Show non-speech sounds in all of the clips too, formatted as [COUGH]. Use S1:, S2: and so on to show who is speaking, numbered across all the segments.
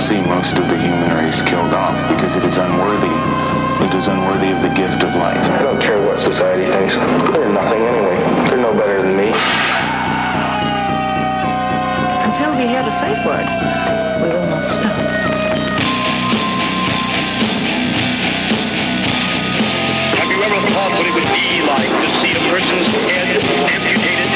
S1: see most of the human race killed off because it is unworthy. It is unworthy of the gift of life.
S2: I don't care what society thinks. They're nothing anyway. They're no better than me.
S3: Until we hear the safe word, we will not stop.
S4: Have you ever thought what it would be like to see a person's head amputated?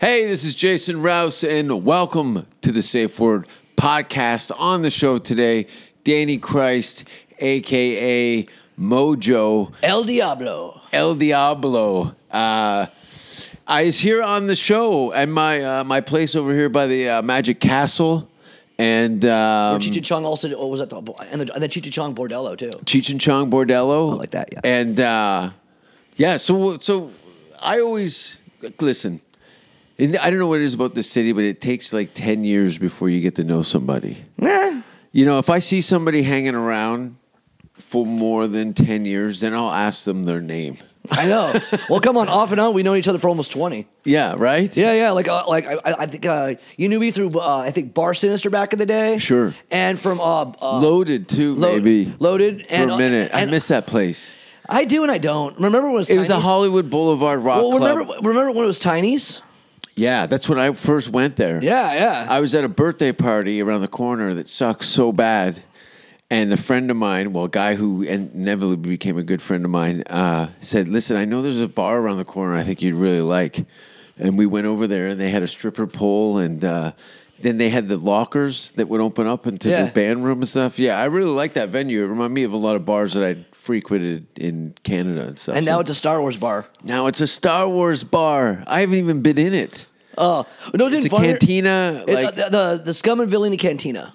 S5: Hey, this is Jason Rouse, and welcome to the Safe Word podcast. On the show today, Danny Christ, aka Mojo
S6: El Diablo.
S5: El Diablo, uh, I is here on the show and my uh, my place over here by the uh, Magic Castle, and um,
S6: Cheech and Chong also oh, was at the and the, and the Cheech and Chong Bordello too.
S5: Cheech and Chong Bordello.
S6: I like that, yeah.
S5: And uh, yeah, so so I always like, listen. And I don't know what it is about this city, but it takes like ten years before you get to know somebody. You know, if I see somebody hanging around for more than ten years, then I'll ask them their name.
S6: I know. well, come on, off and on, we know each other for almost twenty.
S5: Yeah, right.
S6: Yeah, yeah. Like, uh, like I, I think uh, you knew me through uh, I think Bar Sinister back in the day.
S5: Sure.
S6: And from uh, uh
S5: Loaded too,
S6: Load-
S5: maybe.
S6: Loaded
S5: for
S6: and-
S5: a minute. I
S6: and-
S5: miss that place.
S6: I do and I don't remember when it was.
S5: It was a
S6: Tiny's?
S5: Hollywood Boulevard rock
S6: Well,
S5: club.
S6: remember remember when it was Tiny's?
S5: Yeah, that's when I first went there.
S6: Yeah, yeah.
S5: I was at a birthday party around the corner that sucked so bad. And a friend of mine, well, a guy who inevitably became a good friend of mine, uh, said, Listen, I know there's a bar around the corner I think you'd really like. And we went over there and they had a stripper pole and uh, then they had the lockers that would open up into
S6: Yeah.
S5: the band room and stuff. Yeah, I really liked that venue. It reminded me of a lot of bars that I frequented in Canada and stuff.
S6: and now
S5: So-
S6: it's a Star Wars bar.
S5: now it's a Star Wars bar. I haven't even been in it.
S6: Oh no, it
S5: It's
S6: didn't
S5: a cantina. Like,
S6: the, the the Scum and Villainy Cantina.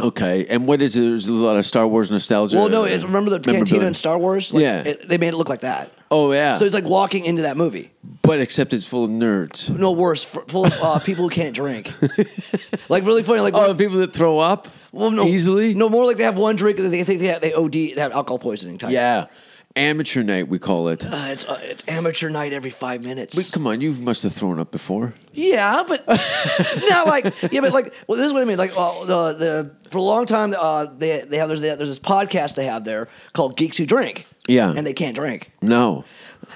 S5: okay, and what is it? There's a lot of Star Wars nostalgia.
S6: Well, no, it's, remember the cantina
S5: memorabilia.
S6: in Star Wars? Like,
S5: Yeah.
S6: it- they made it look like that.
S5: Oh yeah.
S6: So it's like walking into that movie.
S5: but except it's full of nerds.
S6: No worse, f- full of uh, people who can't
S5: [LAUGHS]
S6: drink. like really funny. Like
S5: Oh, and people that throw up
S6: well, no,
S5: easily.
S6: No more like they have one drink and they think they have, they OD they have alcohol poisoning type.
S5: Yeah, amateur night we call it.
S6: Uh, it's uh, it's amateur night every five minutes.
S5: Wait, come on, you must have thrown up before.
S6: Yeah,
S5: [LAUGHS]
S6: but not like yeah, but like well, this is what I mean. Like uh, the the for a long time, uh, they they have there's there's this podcast they have there called Geeks Who Drink.
S5: Yeah.
S6: and they can't drink.
S5: No.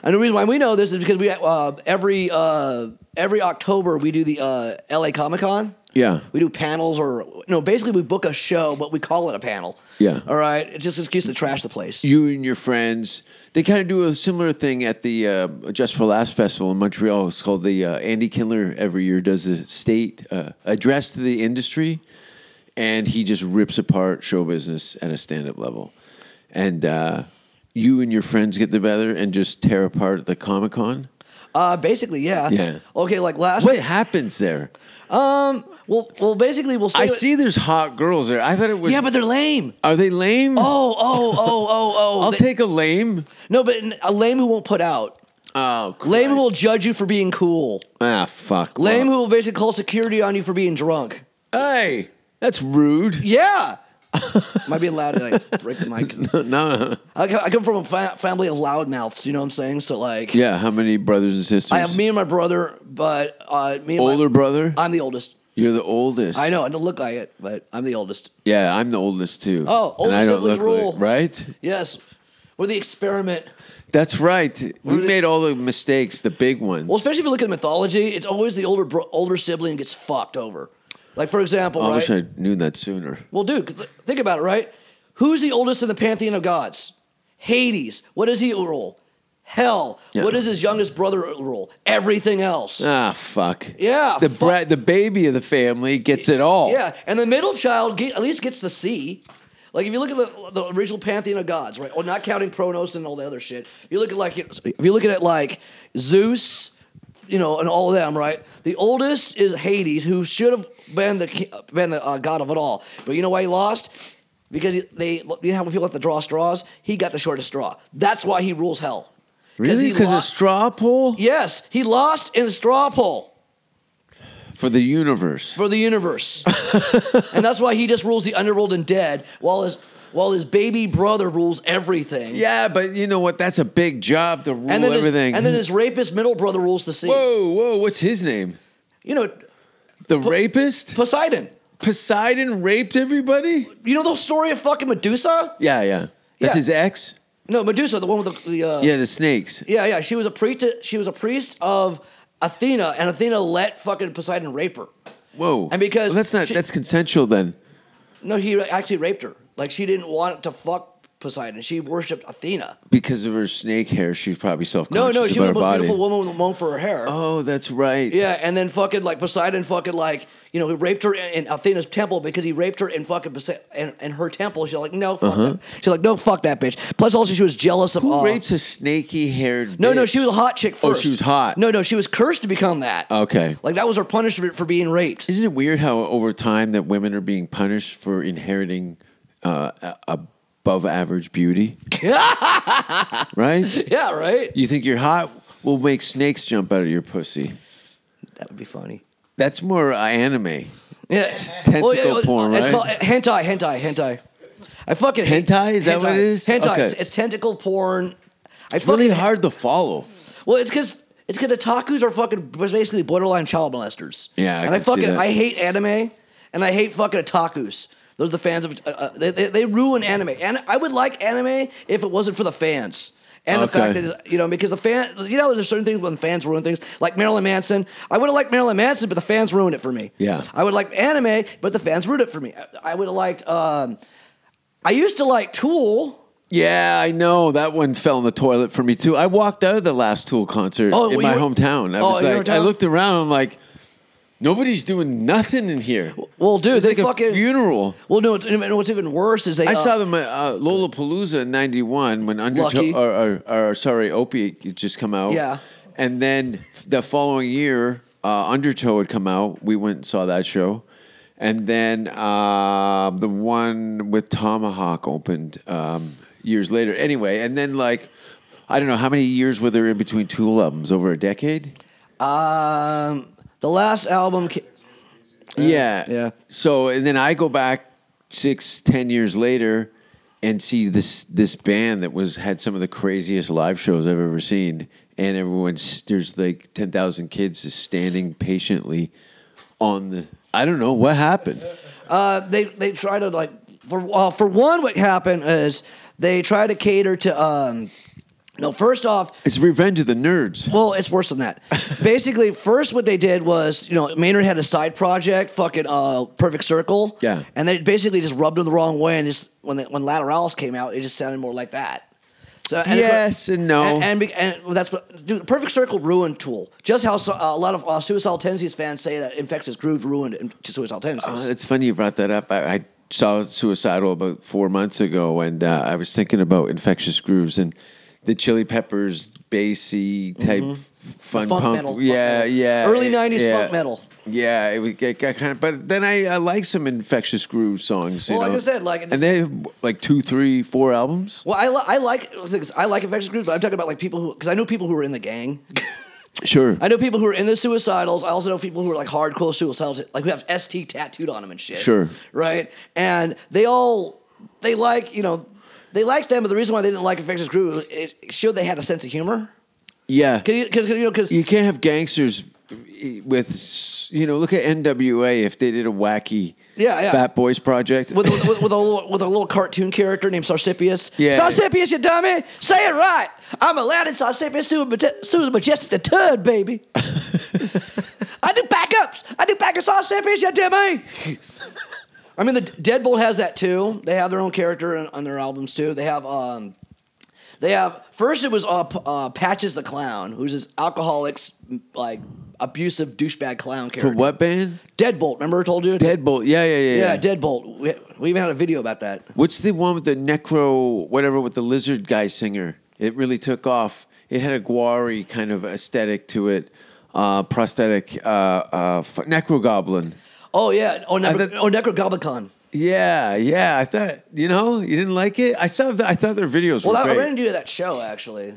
S6: And the reason why we know this is because we uh, every uh, every October we do the uh, LA Comic Con.
S5: Yeah.
S6: we do panels or no. Basically, we book a show, but we call it a panel.
S5: Yeah.
S6: all right. It's just an excuse to trash the place.
S5: You and your friends, they kind of do a similar thing at the uh, Just for Last Festival in Montreal. It's called the uh, Andy Kindler every year does a state uh, address to the industry, and he just rips apart show business at a stand up level. And uh, you and your friends get together and just tear apart the Comic Con.
S6: uh, basically, yeah.
S5: Yeah.
S6: Okay, like last.
S5: What happens there?
S6: Well, well, basically, we'll. Say
S5: I
S6: what-
S5: see there's hot girls there. I thought it was.
S6: Yeah, but they're lame.
S5: are they lame?
S6: Oh, oh, oh, oh, oh.
S5: [LAUGHS] I'll
S6: They-
S5: take a lame.
S6: No, but n- a lame who won't put out.
S5: Oh, Christ.
S6: Lame who will judge you for being cool.
S5: ah fuck.
S6: Lame who
S5: Well,
S6: will basically call security on you for being drunk.
S5: Hey, that's rude.
S6: Yeah. [LAUGHS] Might be loud and I break the mic.
S5: [LAUGHS] no.
S6: I co- I come from a fa- family of loudmouths, you know what I'm saying? So, like,
S5: Yeah, how many brothers and sisters?
S6: I have me and my brother, but uh, me and my-
S5: older brother.
S6: I'm the oldest.
S5: You're the oldest.
S6: I know, I don't look like it, but I'm the oldest.
S5: Yeah, I'm the oldest too.
S6: Oh,
S5: and I
S6: oldest
S5: don't
S6: sibling
S5: look
S6: rule.
S5: like right.
S6: Yes. We're the experiment.
S5: That's right. we
S6: What is-
S5: made all the mistakes, the big ones.
S6: Well, especially if you look at mythology, it's always the older bro- older sibling gets fucked over. Like, for example,
S5: Oh, I
S6: right?
S5: wish I knew that sooner.
S6: Well, dude, th- think about it, right? Who's the oldest in the pantheon of gods? Hades. What does he rule? Hell.
S5: Yeah.
S6: What does his youngest brother rule? Everything else.
S5: Ah, fuck.
S6: Yeah,
S5: The
S6: fuck.
S5: bra- the baby of the family gets it all.
S6: Yeah, and the middle child ge- at least gets the C. Like if you look at the, the original pantheon of gods, right? Well, not counting Pronos and all the other shit. If you look at like if you're looking at like Zeus, you know, and all of them, right? The oldest is Hades, who should have been the ki- been the uh, god of it all. But you know why he lost? because he- they you know how when people have to draw straws, he got the shortest straw. That's why he rules hell.
S5: Really?
S6: he
S5: Because
S6: lo-
S5: a straw poll
S6: Yes, he lost in a straw poll
S5: for the universe.
S6: for the
S5: [LAUGHS]
S6: universe, and that's why he just rules the underworld and dead, while his while his baby brother rules everything.
S5: Yeah, but you know what? That's a big job to rule
S6: and then
S5: everything.
S6: His, and then his rapist middle brother rules the sea.
S5: whoa, whoa! What's his name?
S6: You know,
S5: The rapist?
S6: Poseidon.
S5: Poseidon raped everybody?
S6: You know the story of fucking Medusa?
S5: Yeah, yeah.
S6: Yeah.
S5: That's his ex.
S6: No, Medusa, the one with the, the uh,
S5: Yeah, the snakes.
S6: Yeah, yeah. She was a priest. She was a priest of Athena, and Athena let fucking Poseidon rape her.
S5: Whoa.
S6: And because
S5: Well, that's not
S6: she-
S5: that's consensual then.
S6: No, he actually raped her. Like she didn't want to fuck Poseidon. She worshipped Athena.
S5: Because of her snake hair, she's probably self
S6: No,
S5: conscious
S6: no, she was the
S5: about her
S6: most
S5: body.
S6: beautiful woman known for her hair.
S5: Oh, that's right.
S6: Yeah, and then fucking like Poseidon fucking like you know he raped her in, in Athena's temple because he raped her in fucking Pose- in, in her temple. She's like no, fuck that. She's like no, fuck that bitch. Plus also she was jealous of
S5: Uh-huh. Who
S6: all.
S5: rapes a snaky haired?
S6: No, no, she was a hot chick
S5: Oh,
S6: first.
S5: she was hot. Oh.
S6: No, no, she was cursed to become that.
S5: Okay.
S6: Like that was her punishment for being raped.
S5: Isn't it weird how over time that women are being punished for inheriting uh, a- above average
S6: [LAUGHS]
S5: beauty? right?
S6: Yeah, right.
S5: You think you're hot? We'll make snakes jump out of your pussy.
S6: That would be funny.
S5: That's more uh, anime.
S6: Yes,
S5: tentacle porn,
S6: It's
S5: right?
S6: called uh, hentai, hentai, hentai. I fucking hate-
S5: Hentai? Is that what it is?
S6: Hentai.
S5: Okay.
S6: It's, it's tentacle porn. I
S5: It's really
S6: fucking-
S5: hard to follow.
S6: Well, it's because it's because otakus are fucking basically borderline child molesters.
S5: Yeah, I
S6: and I
S5: can see
S6: fucking
S5: that.
S6: I hate anime, and I hate fucking otakus. Those are the fans of uh, uh, they, they they ruin anime. And I would like anime if it wasn't for the fans. And the
S5: Okay.
S6: fact that it's- you know because the fan you know there's certain things when fans ruin things like Marilyn Manson I would have liked Marilyn Manson but the fans ruined it for me
S5: Yeah.
S6: I would like anime but the fans ruined it for me I, I would have liked um, I used to like Tool
S5: Yeah, I know that one fell in the toilet for me too. I walked out of the last Tool concert
S6: Oh,
S5: in
S6: well,
S5: my
S6: you were-
S5: hometown. I
S6: Oh,
S5: was
S6: in your
S5: like, I
S6: hometown?
S5: looked around. I'm like, nobody's doing nothing in here.
S6: well dude
S5: It's
S6: they
S5: like
S6: fucking
S5: a funeral.
S6: well no and what's even worse is they
S5: I
S6: uh,
S5: saw them at uh, Lollapalooza in '91 when Undertow
S6: Lucky.
S5: or, or, or sorry, Opiate had just come out.
S6: Yeah.
S5: and then the following year, uh, Undertow had come out. We went and saw that show, and then uh, the one with Tomahawk opened um, years later. Anyway, and then like I don't know how many years were there in between Tool albums? Over a decade.
S6: Um, the last album. Ca-
S5: Yeah.
S6: yeah.
S5: So and then I go back six, ten years later and see this this band that was had some of the craziest live shows I've ever seen. And everyone's there's like ten thousand kids just standing patiently on the I don't know what happened.
S6: uh, they they try to like for well, for one, what happened is they try to cater to um. No, first off,
S5: It's Revenge of the Nerds.
S6: well, it's worse than
S5: [LAUGHS]
S6: that. Basically, first what they did was, you know, Maynard had a side project, fucking uh, Perfect Circle.
S5: Yeah.
S6: And they basically just rubbed it the wrong way, and just when they, when Lateralis came out, it just sounded more like that. So and it's-
S5: Yes and no.
S6: and, and, be- and well, that's what dude, Perfect Circle ruined Tool. Just how so, a lot of uh, Suicidal Tendencies fans say that Infectious Groove ruined in- to Suicidal Tendencies.
S5: Oh, it's funny you brought that up. I, I saw Suicidal about four months ago, and uh, I was thinking about Infectious Grooves and the Chili Peppers bassy type fun
S6: Mm-hmm. funk
S5: punk.
S6: metal, funk
S5: yeah,
S6: metal.
S5: yeah.
S6: Early 90s
S5: yeah.
S6: funk metal.
S5: Yeah, it would get, got kind of. But then I, I like some Infectious Groove songs. You
S6: Well, like
S5: know?
S6: I said, like, it
S5: and
S6: just-
S5: they have like two, three, four albums.
S6: well, I, li- I like I like Infectious Groove, but I'm talking about like people who because I know people who were in the gang.
S5: Sure.
S6: I know people who are in the Suicidals. I also know people who are like hardcore Suicidals, like who have ST tattooed on them and shit.
S5: Sure.
S6: Right, and they all they like you know they like them, but the reason why they didn't like Infectious Groove is it showed they had a sense of humor.
S5: yeah.
S6: Because you know because
S5: you can't have gangsters e, with you know look at NWA if they did a wacky
S6: Yeah, yeah.
S5: Fat Boys project
S6: with, with, with, a little, with a little cartoon character named Sarsipius.
S5: Yeah.
S6: Sarsipius, you dummy! Say it right! I'm Aladdin Sarsipius, Super, Maj- Super Majestic the Turd, [LAUGHS] baby! I do backups! I do backups, Sarsipius, you dummy! I mean, the Deadbolt has that too. They have their own character on, on their albums too. They have, um, they have, first it was uh, P- uh, Patches the Clown, who's this alcoholic, like, abusive douchebag clown character.
S5: for [LAUGHS] what band?
S6: Deadbolt, remember I told you?
S5: Deadbolt. Yeah, yeah, yeah.
S6: Yeah, Deadbolt. We, we even had a video about that.
S5: What's the one with the necro whatever with the lizard guy singer? It really took off. It had a guari kind of aesthetic to it. Uh, prosthetic uh, uh, f- necro goblin.
S6: Oh yeah. Oh,
S5: I
S6: Necro,
S5: thought-
S6: oh Necrogoblicon.
S5: Yeah, yeah. I thought you know you didn't like it. I saw. The, I thought their videos
S6: Well,
S5: were
S6: that, I
S5: great.
S6: ran into you at that show actually.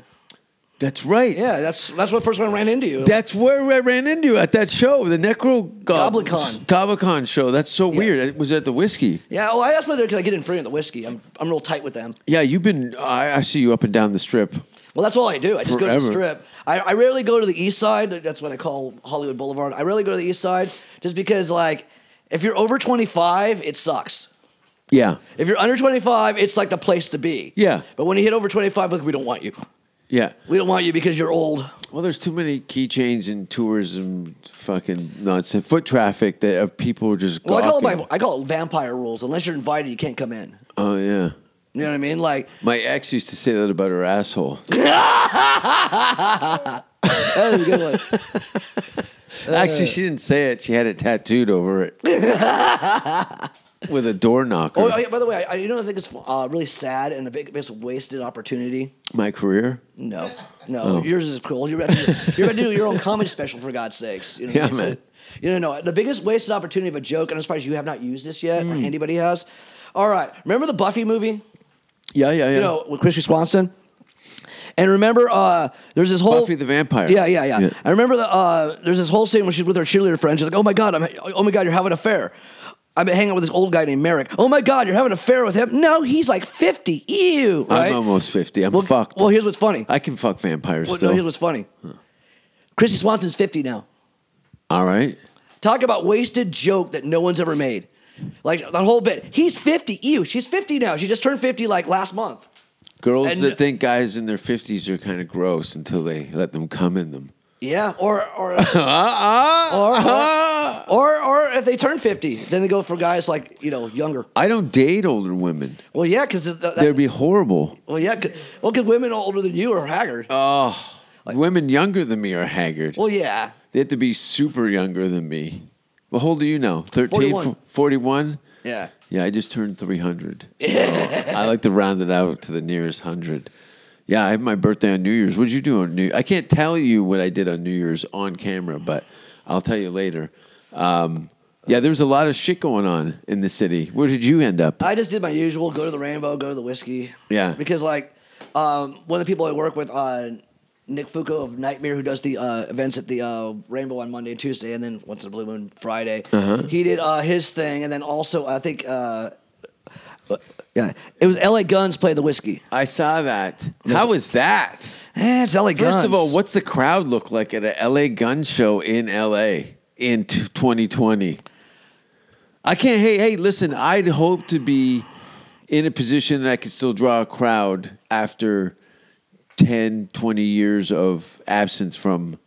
S5: That's right.
S6: Yeah, that's that's what first time I ran into you.
S5: That's where I ran into you at that show, the Necro
S6: Goblicon.
S5: Goblicon show. That's so
S6: Yeah.
S5: weird. It was at the whiskey.
S6: yeah, well, I asked whether because I get in free on the whiskey. I'm I'm real tight with them.
S5: Yeah, you've been. I, I see you up and down the strip.
S6: Well, that's all I do. I just go to the
S5: Forever.
S6: strip. I, I rarely go to the east side. That's what I call Hollywood Boulevard. I rarely go to the east side just because, like, if you're over 25, it sucks.
S5: Yeah,
S6: If you're under 25, it's like the place to be.
S5: Yeah.
S6: But when you hit over 25, like, we don't want you.
S5: yeah.
S6: We don't want you because you're old.
S5: Well, there's too many keychains and tourism, fucking nonsense, foot traffic that of people are just.
S6: Well, I call, it
S5: gawking.
S6: my, I call it vampire rules. Unless you're invited, you can't come in.
S5: Oh yeah,
S6: You know what I mean? Like, [LAUGHS]
S5: my ex used to say that about her asshole.
S6: that was a good one.
S5: [LAUGHS] Actually, she didn't say it. She had it tattooed over
S6: [LAUGHS]
S5: it with a door knocker.
S6: Oh, yeah, by the way, I, you know what I think it's uh, really sad and a big, biggest wasted opportunity?
S5: My career.
S6: No, no,
S5: Oh.
S6: yours is cool. You're about, to, you're about to do your own comedy special for God's sakes. You know
S5: Yeah,
S6: what I mean?
S5: man.
S6: So, you know, no, the biggest wasted opportunity of a joke, and I'm surprised you have not used this yet,
S5: Mm.
S6: or anybody has. All right, remember the Buffy movie?
S5: Yeah, yeah, yeah.
S6: You know, with Christy Swanson. And remember, uh, there's this whole
S5: Buffy the Vampire.
S6: Yeah, yeah, yeah.
S5: Yeah.
S6: I remember the, uh, there's this whole scene when she's with her cheerleader friends. She's like, "Oh my god, I'm oh my god, you're having an affair." I've been hanging out with this old guy named Merrick. Oh my god, you're having an affair with him? No, he's like 50. Ew. Right?
S5: I'm almost fifty. I'm
S6: well,
S5: fucked.
S6: Well, here's what's funny.
S5: I can fuck vampires
S6: Well, no,
S5: still.
S6: here's what's funny. Christy Swanson's 50 now.
S5: All right.
S6: Talk about wasted joke that no one's ever made. Like that whole bit. He's 50. Ew, she's 50 now. She just turned 50 like last month.
S5: Girls
S6: And-
S5: that think guys in their fifties are kind of gross until they let them come in them. [LAUGHS]
S6: Yeah, or or
S5: Ah,
S6: or, or or if they turn 50, then they go for guys like, you know, younger.
S5: I don't date older women.
S6: Well, yeah, cuz
S5: They'd be horrible.
S6: well, yeah, 'cause- well, cuz women older than you are haggard.
S5: Oh, women younger than me are haggard.
S6: well, yeah.
S5: They have to be super younger than me. Well, how old are you now? 13,
S6: 41.
S5: 41?
S6: Yeah.
S5: Yeah, I just turned [LAUGHS] 300. So I like to round it out to the nearest 100. Yeah, I have my birthday on New Year's. What did you do on New I can't tell you what I did on New Year's on camera, but I'll tell you later. Um, yeah, there was a lot of shit going on in the city. Where did you end up?
S6: I just did my usual go to the rainbow, go to the whiskey.
S5: Yeah.
S6: Because, like, um, one of the people I work with, uh, Nick Fuko of Nightmare, who does the uh, events at the uh, Rainbow on Monday and Tuesday, and then once in a blue moon Friday, he did uh, his thing. And then also, I think, uh, yeah, it was LA Guns played the whiskey.
S5: I saw that. How was that?
S6: Eh, it's LA Guns.
S5: First of all, what's the crowd look like at a LA gun show in LA in t- 2020? I can't. Hey, hey, listen. I'd hope to be in a position that I could still draw a crowd after 10, 20 years of absence from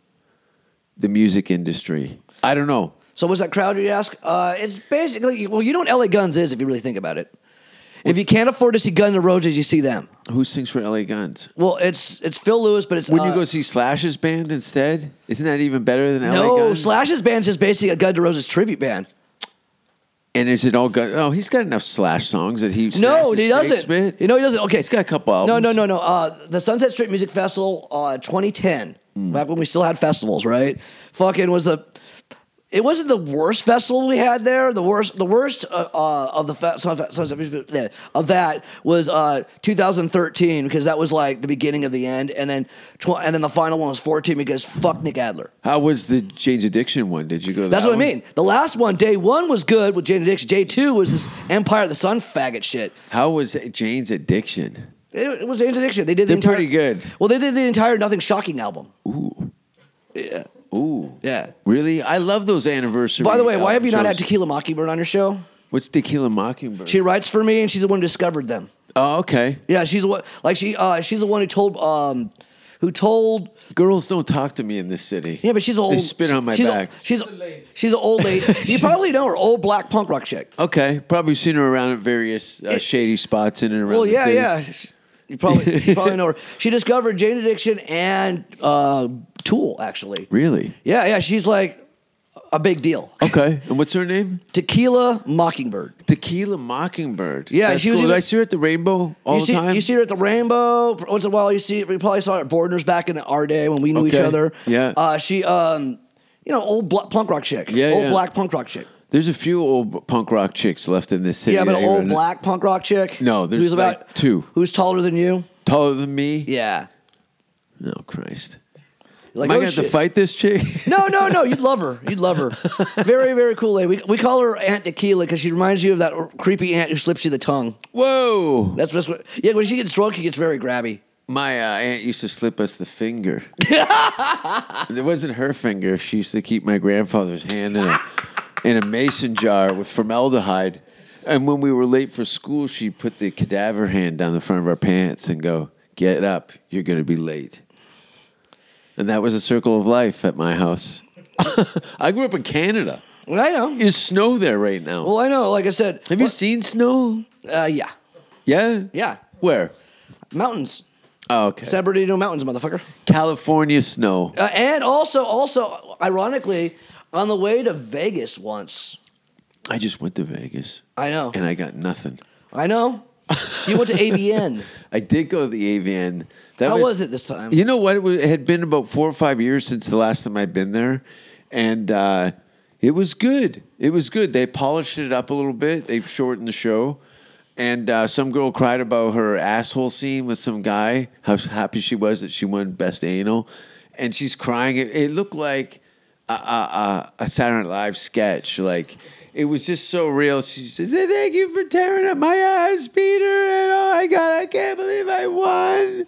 S5: the music industry. I don't know.
S6: So what's that crowd you ask? Uh, it's basically well, you know what LA Guns is if you really think about it. If you can't afford to see Guns N' Roses, you see them.
S5: Who sings for LA Guns?
S6: Well, it's it's Phil Lewis, but it's
S5: Wouldn't
S6: uh,
S5: you go see Slash's band instead? Isn't that even better than LA
S6: no
S5: Guns?
S6: Slash's band's just basically a Guns N' Roses tribute band.
S5: And is it all good? No, he's got enough Slash songs that he
S6: No,
S5: Slash
S6: he
S5: is
S6: doesn't.
S5: Shakespeare.
S6: You know he doesn't. Okay,
S5: He's got a couple
S6: No, no,
S5: albums.
S6: no, no. Uh, the Sunset Strip Music Festival, uh, 2010, back when we still had festivals, right? Fucking was the. It wasn't the worst festival we had there. The worst, the worst uh, uh, of the fe- Sunset Sunset Music yeah, of that was uh, 2013 because that was like the beginning of the end, and then tw- and then the final one was 14 because fuck Nick Adler.
S5: How was the Jane's Addiction one? Did you go? to
S6: That's
S5: that
S6: what I
S5: one?
S6: mean. The last one, day one was good with Jane Addiction. Day two was this Empire of the Sun faggot shit.
S5: How was Jane's Addiction?
S6: It, it was Jane's Addiction. They did.
S5: They're
S6: the entire,
S5: pretty good.
S6: Well, they did the entire Nothing Shocking album.
S5: Ooh,
S6: Yeah.
S5: ooh,
S6: Yeah.
S5: really? I love those anniversaries.
S6: By the way, why have you not had
S5: shows.
S6: Tequila Mockingbird on your show?
S5: What's Tequila Mockingbird?
S6: She writes for me, and she's the one who discovered them.
S5: oh, okay.
S6: Yeah, she's the one. Like she, uh, she's the one who told, um, who told.
S5: Girls don't talk to me in this city.
S6: Yeah, but she's old.
S5: They spit on my
S6: she's a-
S5: back.
S6: she's she's an old lady.
S5: [LAUGHS]
S6: you probably know her, old black punk rock chick.
S5: okay, probably seen her around at various uh,
S6: It-
S5: shady spots in and around.
S6: Well,
S5: the
S6: yeah,
S5: city.
S6: yeah. She- You probably you probably know her. She discovered Jane Addiction and uh, Tool actually.
S5: Really?
S6: Yeah, yeah. She's like a big deal.
S5: Okay. And what's her name?
S6: Tequila Mockingbird.
S5: Tequila Mockingbird.
S6: Yeah,
S5: That's
S6: she was
S5: cool.
S6: either-
S5: Do I see her at the Rainbow all
S6: you
S5: the
S6: see,
S5: time.
S6: You see her at the Rainbow once in a while. You see, we probably saw her at Bordner's back in the our day when we knew each
S5: Okay.
S6: other.
S5: Yeah.
S6: uh, she, um, you know, old bla- punk rock chick.
S5: Yeah,
S6: old
S5: yeah.
S6: black punk rock chick.
S5: There's a few old punk rock chicks left in this city.
S6: Yeah, but
S5: that
S6: an
S5: you're
S6: old
S5: in-
S6: black punk rock chick.
S5: No, there's
S6: who's
S5: like
S6: about
S5: two.
S6: Who's taller than you?
S5: taller than me.
S6: Yeah.
S5: Oh Christ.
S6: Like,
S5: Am I
S6: oh,
S5: gonna have to
S6: shit.
S5: fight this chick?
S6: [LAUGHS] No, no, no. You'd love her. You'd
S5: [LAUGHS]
S6: love her. Very, very cool lady. We, we call her Aunt Tequila because she reminds you of that creepy aunt who slips you the tongue.
S5: Whoa!
S6: That's that's what. Yeah, when she gets drunk, she gets very grabby.
S5: My uh, aunt used to slip us the finger.
S6: [LAUGHS]
S5: it wasn't her finger. She used to keep my grandfather's hand in a, in a mason jar with formaldehyde. And when we were late for school, she put the cadaver hand down the front of our pants and go, "Get up, you're going to be late." And that was a circle of life at my house. [LAUGHS] I grew up in Canada.
S6: Well, I know.
S5: There's snow there right now.
S6: Well, I know. Like I said,
S5: Have you seen snow?
S6: uh, yeah,
S5: Yeah.
S6: Yeah.
S5: Where?
S6: mountains,
S5: Oh, okay.
S6: San Bernardino Mountains, motherfucker.
S5: California snow.
S6: Uh, and also, also, ironically, on the way to Vegas once.
S5: I just went to Vegas
S6: I know.
S5: and I got nothing.
S6: I know. You went to ABN.
S5: I did go to the AVN. [LAUGHS] That
S6: How was it this time?
S5: You know what? It, was, it had been about four or five years since the last time I'd been there, and uh, it was good. It was good. They polished it up a little bit. They shortened the show, and uh, some girl cried about her asshole scene with some guy. How happy she was that she won best anal, and she's crying. It, it looked like a, a, a, a Saturday Night Live sketch. Like it was just so real. She says, "Thank you for tearing up my ass, Peter." And oh my god, I can't believe I won.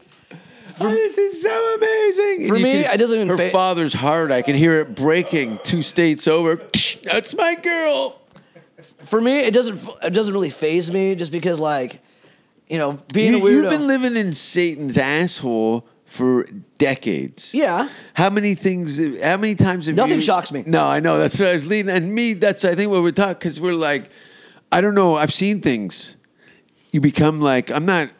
S5: Oh, this is so amazing.
S6: For
S5: And you
S6: me, it doesn't even
S5: Her
S6: fa-
S5: father's heart. I can hear it breaking two states over. That's my girl.
S6: For me, it doesn't. It doesn't really phase me, just because, like, you know, being a
S5: You-
S6: weirdo.
S5: You've been living in Satan's asshole for decades.
S6: Yeah.
S5: How many things? How many times have
S6: Nothing
S5: you-
S6: shocks me.
S5: No, I know that's what I was leading. And me, that's I think what we're talking because we're like, I don't know. I've seen things. You become like I'm not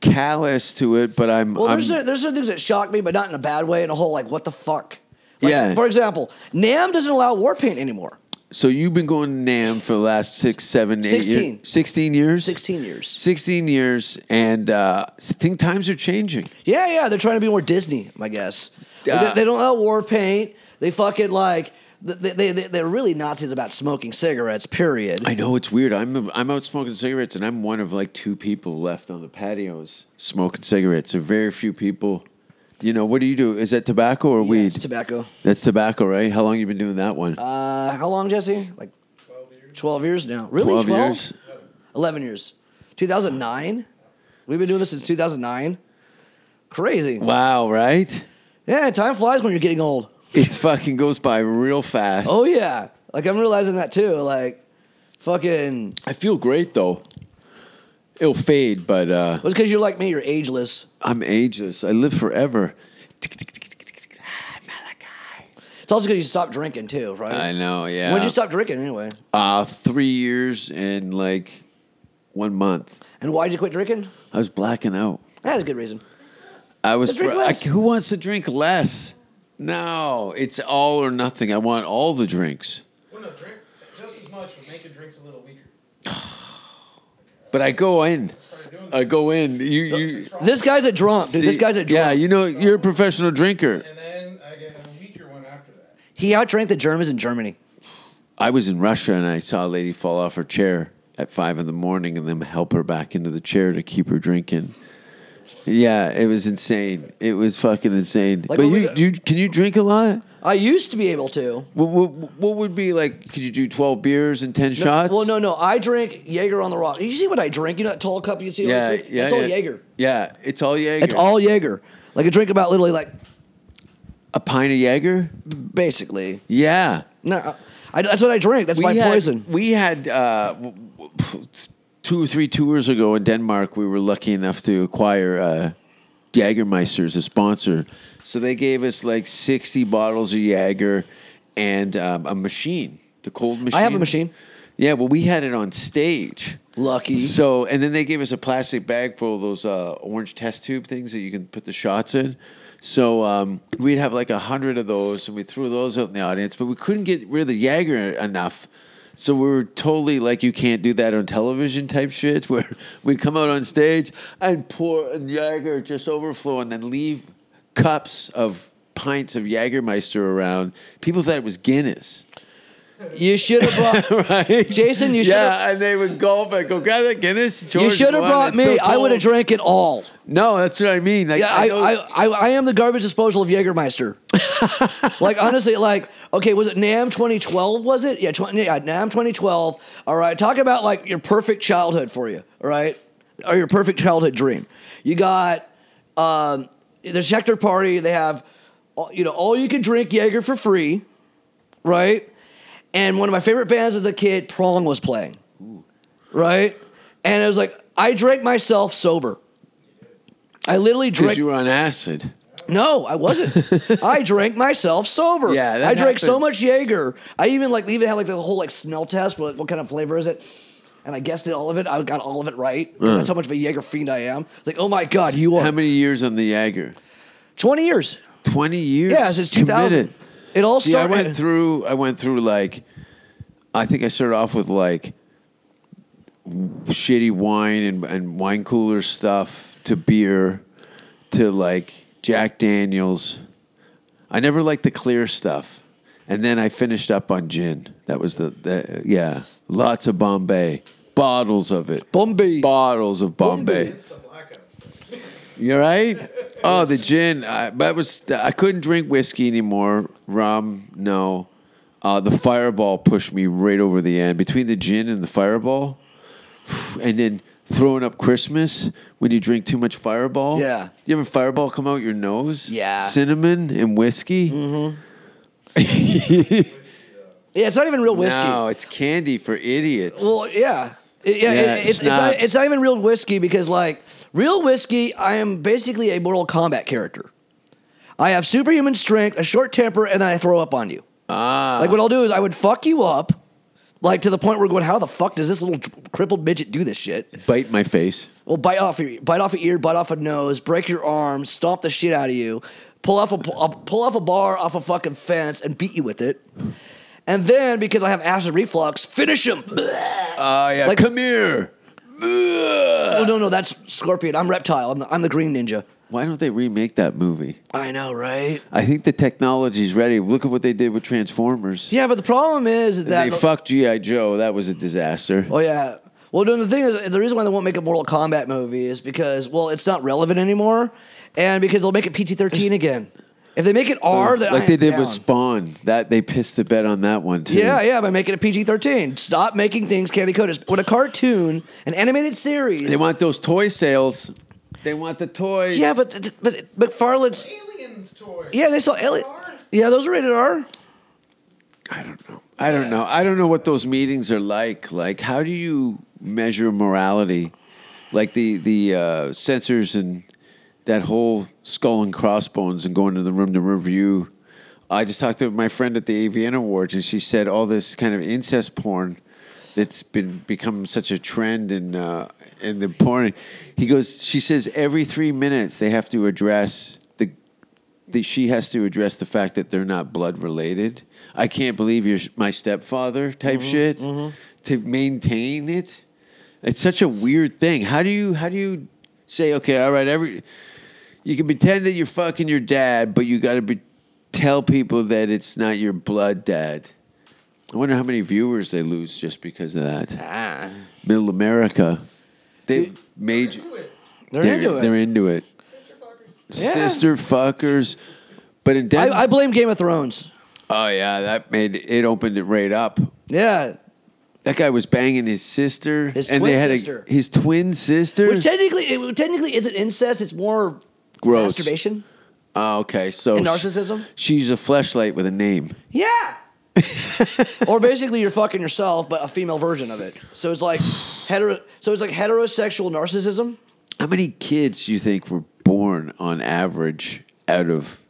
S5: callous to it, but I'm.
S6: Well,
S5: I'm-
S6: there's certain, there's certain things that shock me, but not in a bad way. In a whole like, what the fuck? Like,
S5: Yeah.
S6: For example, Nam doesn't allow war paint anymore.
S5: so you've been going to Nam for the last six, seven, eight
S6: Sixteen.
S5: years. Sixteen years.
S6: 16 years.
S5: 16 years, and uh, I think times are changing.
S6: Yeah, yeah, they're trying to be more Disney, I guess. Like,
S5: Uh,
S6: they, they don't allow war paint. They fucking like they they they- they're really Nazis about smoking cigarettes. Period.
S5: I know it's weird. I'm I'm out smoking cigarettes, and I'm one of like two people left on the patios smoking cigarettes. There are very few people. You know, what do you do? Is that tobacco or
S6: Yeah,
S5: weed?
S6: it's tobacco.
S5: That's tobacco, right? How long you been doing that one?
S6: Uh, how long, Jesse? Like twelve years now. Really?
S5: 12
S6: Twelve
S5: years?
S6: Eleven years. Two thousand nine. We've been doing this since two thousand nine. Crazy.
S5: wow, right?
S6: Yeah, time flies when you're getting old.
S5: It fucking goes by real fast.
S6: Oh yeah. Like I'm realizing that too. Like fucking.
S5: I feel great though. It'll fade, but uh,
S6: Well, it's because you're like me. You're ageless.
S5: I'm ageless. I live forever.
S6: It's also because you stopped drinking too, right?
S5: I know. Yeah.
S6: When did you stop drinking anyway?
S5: Uh, three years and like one month.
S6: And why'd you quit drinking?
S5: I was blacking out.
S6: That's a good reason.
S5: I was.
S6: Just drink
S5: I-
S6: less.
S5: who wants to drink less? No, it's all or nothing. I want all the drinks,
S7: Well, no, drink just as much, but make your drinks a little weaker.
S5: but I go in.
S7: Started doing
S5: I
S7: this,
S5: go in. You you.
S6: This guy's a drunk, dude. this
S5: see-
S6: guy's a drunk.
S5: Yeah, you know you're a professional drinker.
S7: and then I get a weaker one after that.
S6: He outdrank the Germans in Germany.
S5: I was in Russia and I saw a lady fall off her chair at five in the morning and then help her back into the chair to keep her drinking. Yeah, it was insane. It was fucking insane.
S6: Like
S5: but
S6: when we
S5: you,
S6: go-
S5: you can you drink a lot?
S6: I used to be able to.
S5: What, what, what would be like? Could you do twelve beers and ten shots?
S6: Well, no, no. I drink Jaeger on the rock. You see what I drink? You know that tall cup you see?
S5: Yeah,
S6: over here?
S5: yeah,
S6: That's all
S5: yeah.
S6: Jaeger.
S5: Yeah, it's all Jaeger.
S6: It's all Jaeger. Like I drink about literally like
S5: a pint of Jaeger.
S6: basically.
S5: Yeah,
S6: No, I, I- that's what I drink. That's my
S5: had,
S6: poison.
S5: We had uh, w- w- two or three tours ago in Denmark. We were lucky enough to acquire uh, Jagermeister as a sponsor, so they gave us like sixty bottles of Jaeger and um, a machine, the cold machine.
S6: I have a machine.
S5: Yeah, well, we had it on stage.
S6: Lucky.
S5: So, and then they gave us a plastic bag full of those uh, orange test tube things that you can put the shots in. So um, we'd have like a hundred of those, and we threw those out in the audience, but we couldn't get rid of the Jaeger enough. So we were totally like, you can't do that on television type shit, [LAUGHS] where we come out on stage and pour and Jaeger just overflow, and then leave cups of pints of Jagermeister around. People thought it was Guinness.
S6: You should have brought
S5: [LAUGHS] right?
S6: Jason, you
S5: yeah, and they would gulp. I go, grab that Guinness. It's
S6: you
S5: yours,
S6: should have
S5: Juan.
S6: brought
S5: It's still
S6: me. I would have
S5: cold."
S6: drank it all.
S5: No, that's what I mean. Like,
S6: Yeah, I,
S5: know-
S6: I, I, I am the garbage disposal of [LAUGHS] Jägermeister. like honestly, like okay, was it Nam 2012? Was it? Yeah, 20, yeah, Nam 2012. All right, talk about like your perfect childhood for you. All right, or your perfect childhood dream. You got um, the Schecter party. They have all- you know all you can drink Jaeger for free, right? And one of my favorite bands as a kid, Prong, was playing, right? And it was like I drank myself sober. I literally drank.
S5: because you were on acid.
S6: No, I
S5: [LAUGHS]
S6: wasn't. I drank myself sober.
S5: Yeah, that
S6: I drank so
S5: happens.
S6: much Jaeger. I even like even had like the whole like smell test. What, what kind of flavor is it? And I guessed it all of it. I got all of it right. That's how much of a Jaeger fiend I am. It's Like, oh my god, you
S5: Mm. How
S6: are
S5: many years on the Jager?
S6: twenty years.
S5: Twenty years.
S6: Yeah, since two thousand.
S5: Committed.
S6: It all
S5: See, I
S6: started.
S5: went through. I went through like, I think I started off with like shitty wine and, and wine cooler stuff to beer to like Jack Daniels. I never liked the clear stuff, and then I finished up on gin. That was the, the yeah, lots of Bombay bottles of it.
S6: Bombay.
S5: bottles of Bombay.
S7: It's the blackouts.
S5: You all right? Oh, the gin. I, that was I couldn't drink whiskey anymore. Rum, no. Uh, the Fireball pushed me right over the end. Between the gin and the Fireball, [SIGHS] and then throwing up Christmas when you drink too much Fireball.
S6: Yeah.
S5: You ever Fireball come out your nose?
S6: Yeah.
S5: Cinnamon and whiskey.
S6: yeah, it's not even real whiskey.
S5: No, it's candy for idiots.
S6: Well, yeah. It- yeah,
S5: Yeah,
S6: it- it's, it's, not,
S5: schnapps.
S6: it's not even real whiskey because, like, real whiskey, I am basically a Mortal Kombat character. I have superhuman strength, a short temper, and then I throw up on you. Ah. Like, what I'll do is I would fuck you up, like, to the point where we're going, how the fuck does this little crippled midget do this shit?
S5: Bite my face.
S6: Well, bite off your bite off an ear, bite off a nose, break your arm, stomp the shit out of you, pull off a uh, pull off a bar off a fucking fence, and beat you with it. And then, because I have acid reflux, finish him.
S5: Oh yeah.
S6: Like-
S5: come here.
S6: Oh no, no, that's Scorpion. I'm Reptile. I'm the, I'm the Green Ninja.
S5: Why don't they remake that movie?
S6: I know, right?
S5: I think the technology's ready. Look at what they did with Transformers.
S6: Yeah, but the problem is
S5: And
S6: that
S5: they fucked GI Joe. That was a disaster.
S6: Oh yeah. Well, no, the thing is, the reason why they won't make a Mortal Kombat movie is because well, it's not relevant anymore, and because they'll make it PG-13 again. If they make it R, then
S5: Oh, like
S6: I
S5: they
S6: am
S5: did
S6: down.
S5: with Spawn. That they pissed the bed on that one too.
S6: Yeah, yeah, by making it PG-13. Stop making things candy coated. When a cartoon, an animated series.
S5: They want those toy sales. They want the toys.
S6: yeah, but th- but McFarlane's.
S7: Aliens toy.
S6: Yeah, they saw Elliot. Yeah, those are rated R.
S5: I don't know. I don't know. I don't know what those meetings are like. Like, how do you measure morality? Like the the uh, censors and that whole skull and crossbones and going to the room to review. I just talked to my friend at the AVN Awards, and she said all this kind of incest porn that's been become such a trend in uh, in the porn. He goes. She says every three minutes they have to address the that she has to address the fact that they're not blood related. I can't believe you're my stepfather type shit to maintain it. It's such a weird thing. How do you how do you say okay, all right, every you can pretend that you're fucking your dad, but you got to be, tell people that it's not your blood dad. I wonder how many viewers they lose just because of that.
S6: Uh,
S5: Middle America, they made
S7: Do it.
S6: They're, into it.
S5: they're into it. Sister fuckers. But in Denver,
S6: I, I blame Game of Thrones.
S5: oh yeah, that made it opened it right up.
S6: Yeah,
S5: That guy was banging his sister,
S6: His
S5: and
S6: twin
S5: they had
S6: sister.
S5: A, his twin sister.
S6: Which technically, it, technically isn't incest. It's more
S5: Gross.
S6: masturbation
S5: Oh, okay, so
S6: and
S5: sh-
S6: narcissism.
S5: she's a fleshlight with a name.
S6: Yeah. [LAUGHS] or basically, you're fucking yourself, but a female version of it. So it's like hetero. So it's like heterosexual narcissism.
S5: How many kids do you think were born on average out of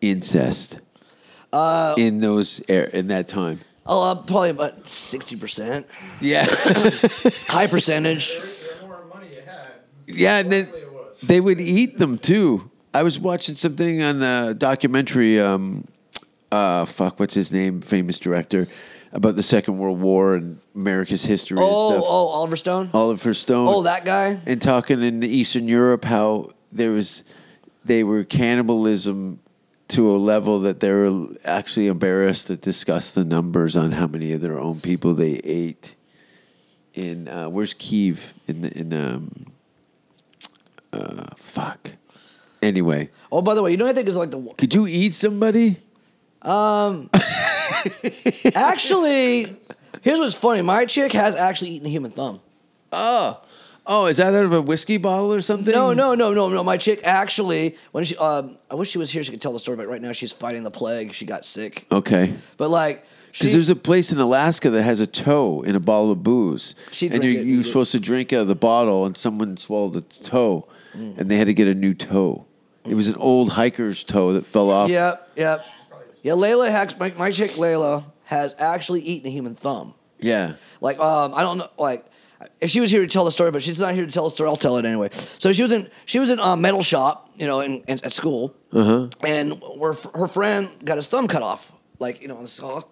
S5: incest in those er- in that time?
S6: Uh, probably about sixty percent,
S5: [LAUGHS] Yeah.
S6: high
S5: [LAUGHS]
S6: percentage.
S7: The more money you had,
S5: Yeah, and then
S7: Likely it was.
S5: they would eat them too. I was watching something on the documentary. Um, uh, fuck, what's his name? Famous director about the Second World War and America's history.
S6: Oh,
S5: and stuff.
S6: oh, Oliver Stone.
S5: Oliver Stone.
S6: Oh, that guy.
S5: And talking in Eastern Europe, how there was they were cannibalism to a level that they were actually embarrassed to discuss the numbers on how many of their own people they ate. In uh, where's Kiev in the- in um uh fuck. Anyway,
S6: Oh, by the way, you know what I think is like the
S5: could you eat somebody?
S6: actually. Here's what's funny. My chick has actually eaten a human thumb.
S5: Oh, is that out of a whiskey bottle or something?
S6: No, no, no, no, no. My chick actually, when she, um, I wish she was here, she could tell the story. But right now, she's fighting the plague. She got sick.
S5: Okay.
S6: But like,
S5: Because
S6: she,
S5: there's a place in Alaska that has a toe in a bottle of booze,
S6: She
S5: and
S6: drank
S5: you're,
S6: it,
S5: you're
S6: eat it.
S5: supposed to drink out of the bottle, and someone swallowed the toe, and they had to get a new toe. It was an old hiker's toe that fell off.
S6: yep, yep, yeah. Layla, hacks, my, my chick Layla has actually eaten a human thumb.
S5: yeah.
S6: Like, um, I don't know, like. If she was here to tell the story, but she's not here to tell the story, I'll tell it anyway. So she was in she was in a metal shop, you know, in, in at school,
S5: Uh-huh.
S6: and where f- her friend got his thumb cut off, like you know, on the saw,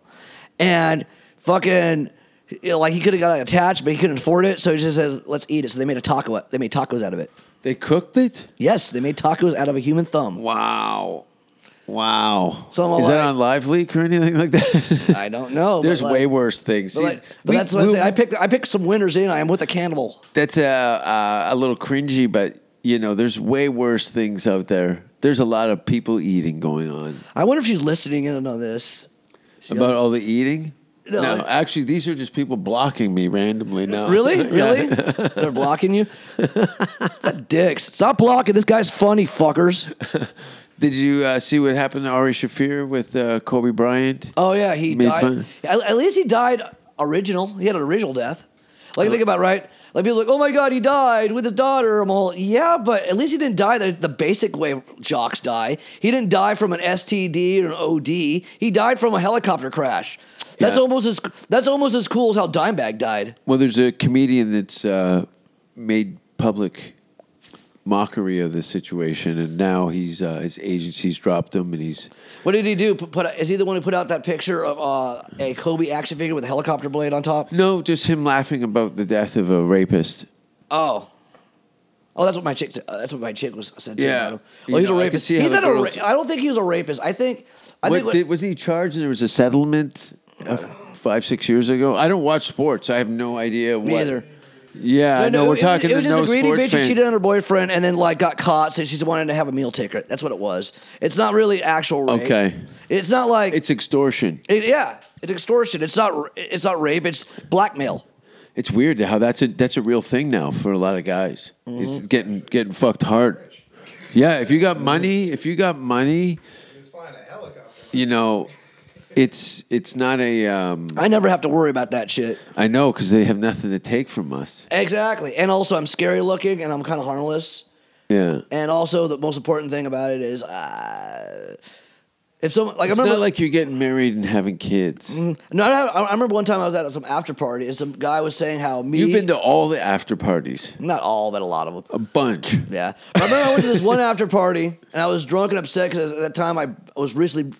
S6: and fucking, you know, like he could have got it attached, but he couldn't afford it, so he just says, "Let's eat it." So they made a taco. They made tacos out of it.
S5: They cooked it.
S6: Yes, they made tacos out of a human
S5: [LAUGHS]
S6: thumb.
S5: Wow, wow.
S6: So I'm
S5: is that
S6: like-
S5: on Live Leak or anything like that?
S6: I don't know. [LAUGHS]
S5: There's
S6: but like-
S5: way worse things.
S6: But,
S5: See,
S6: like, but
S5: we-
S6: that's what
S5: we-
S6: I'm saying. I picked I picked some winners in. I am with a cannibal.
S5: that's a uh, a little cringy, but you know, there's way worse things out there. There's a lot of people eating going on.
S6: I wonder if she's listening in on this.
S5: About all the eating?
S6: No,
S5: No,
S6: I-
S5: actually, these are just people blocking me randomly
S6: [LAUGHS]
S5: now.
S6: Really?
S5: Yeah.
S6: Really? They're blocking [LAUGHS] you? Dicks. Stop blocking. This guy's funny, fuckers.
S5: Did you uh, see what happened to Ari Shafir with uh, Kobe Bryant?
S6: Oh, yeah. He
S5: Made
S6: died.
S5: fun.
S6: At, at least he died original. He had an original death. Like, think about it, right? Like, people are like, oh my God, he died with his daughter. I'm all, yeah, but at least he didn't die the, the basic way jocks die. He didn't die from an STD or an OD. He died from a helicopter crash. That's
S5: Yeah.
S6: almost as that's almost as cool as how Dimebag died.
S5: Well, there's a comedian that's uh, made public mockery of this situation, and now he's uh, his agency's dropped him, and he's
S6: What did he do? Put, put is he the one who put out that picture of uh, a Kobe action figure with a helicopter blade on top?
S5: no, just him laughing about the death of a rapist.
S6: Oh, oh, that's what my chick. Uh, that's what my chick was said. To
S5: Yeah.
S6: about him.
S5: You
S6: Oh, he's
S5: know, I
S6: a
S5: can
S6: rapist.
S5: see how
S6: He's
S5: the
S6: not a. Ra-
S5: girls-
S6: I don't think he was a rapist. I think. I
S5: What,
S6: think. What,
S5: did, was he charged and there was a settlement uh, five, six years ago? I don't watch sports. I have no idea what.
S6: me either.
S5: Yeah, I know
S6: it
S5: we're
S6: was-
S5: talking
S6: It was
S5: to
S6: just
S5: uh, no
S6: a greedy
S5: sports
S6: bitch
S5: fan.
S6: who cheated on her boyfriend and then like got caught, so she's wanting to have a meal ticket. That's what it was. It's not really actual rape.
S5: Okay.
S6: It's not like
S5: It's extortion.
S6: it- yeah. It's extortion. It's not. r- It's not rape. It's blackmail.
S5: It's weird how that's a that's a real thing now for a lot of guys. It's getting getting fucked hard. Yeah, if you got money, if you got money,
S7: He was flying a helicopter.
S5: you know, it's it's not a. Um,
S6: I never have to worry about that shit.
S5: I know because they have nothing to take from us.
S6: Exactly. And also, I'm scary looking and I'm kind of harmless.
S5: Yeah,
S6: And also, the most important thing about it is, uh, if someone like
S5: it's
S6: I remember,
S5: not like you're getting married and having kids.
S6: no, I, I remember one time I was at some after party and some guy was saying how me,
S5: You've been to all the after parties,
S6: not all, but a lot of them.
S5: a bunch.
S6: Yeah. But I remember I went to this one after party and I was drunk and upset because at that time I I was recently,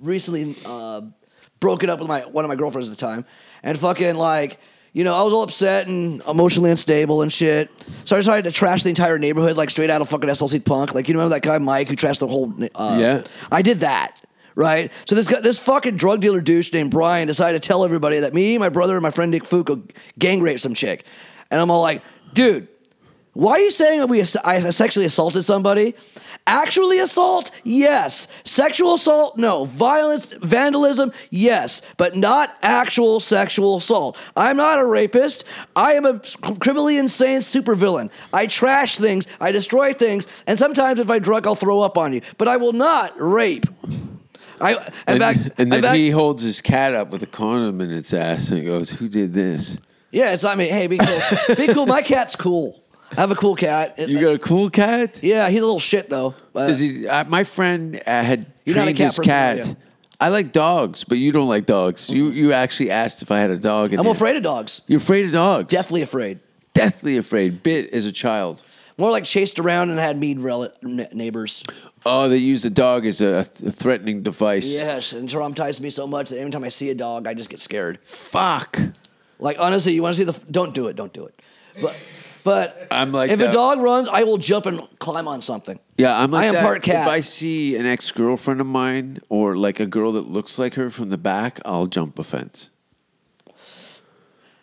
S6: recently uh, broken up with my one of my girlfriends at the time. And fucking like, you know, I was all upset and emotionally unstable and shit. So I started to trash the entire neighborhood like straight out of fucking SLC Punk. Like, you remember that guy Mike who trashed the whole. Uh,
S5: Yeah.
S6: I did that. Right, so this guy, this fucking drug dealer douche named Brian decided to tell everybody that me, my brother, and my friend Nick Fuko gang raped some chick, and I'm all like, dude, why are you saying that we ass- I sexually assaulted somebody? Actually, assault? Yes. Sexual assault? No. Violence, vandalism? Yes. But not actual sexual assault. I'm not a rapist. I am a criminally insane supervillain. I trash things, I destroy things, and sometimes if I drunk, I'll throw up on you. But I will not rape. I, in
S5: And,
S6: fact,
S5: and
S6: in
S5: then
S6: fact-
S5: he holds his cat up with a condom in its ass and goes, "Who did this?
S6: yeah, it's not me. Hey, be cool. be cool. My cat's cool. I have a cool cat.
S5: [LAUGHS] You got a cool cat?
S6: yeah, he's a little shit though. but-
S5: Does he, uh, my friend uh, had
S6: You're not a
S5: trained
S6: cat
S5: his
S6: person, are
S5: cat.
S6: you?
S5: I like dogs, but you don't like dogs. You you actually asked if I had a dog. and
S6: I'm
S5: you-
S6: afraid of dogs.
S5: You're afraid of dogs.
S6: Deathly afraid.
S5: deathly afraid. Bit as a child.
S6: More like chased around and had mean rel- n- neighbors.
S5: Oh, they use the dog as a, a threatening device.
S6: Yes, and traumatized me so much that every time I see a dog, I just get scared.
S5: Fuck.
S6: Like honestly, you want to see the? Don't do it. Don't do it. But But
S5: I'm like
S6: if a
S5: that.
S6: dog runs, I will jump and climb on something.
S5: Yeah, I'm like
S6: I am
S5: that.
S6: part cat.
S5: If I see an ex girlfriend of mine or like a girl that looks like her from the back, I'll jump a fence.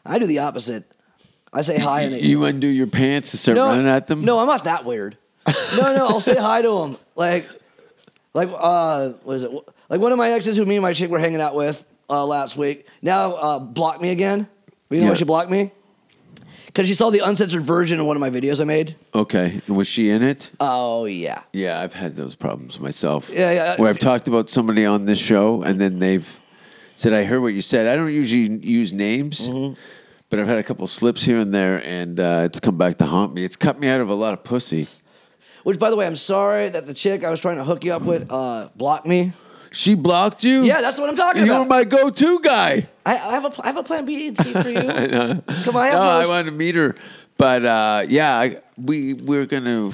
S6: I do the opposite. I say hi and they
S5: You undo your pants and start running at them.
S6: No, I'm not that weird. No, no, I'll say hi to him. Like, like, uh, what is it? Like one of my exes who me and my chick were hanging out with uh, last week now uh, blocked me again. You know why
S5: Yeah.
S6: she blocked me? Because she saw the uncensored version of one of my videos I made.
S5: Okay, and was she in it?
S6: Oh yeah.
S5: yeah, I've had those problems myself.
S6: Yeah, yeah.
S5: Where I've talked about somebody on this show and then they've said, "I heard what you said." I don't usually use names, but I've had a couple slips here and there, and uh, it's come back to haunt me. It's cut me out of a lot of pussy.
S6: Which, by the way, I'm sorry that the chick I was trying to hook you up with uh, blocked me.
S5: She blocked you.
S6: Yeah, that's what I'm talking
S5: you
S6: about.
S5: were my go-to guy.
S6: I, I have a I have a plan B and C for you. Come on, I have
S5: No, [LAUGHS] Oh, I
S6: most-
S5: wanted to meet her, but uh, yeah, I, we we're gonna.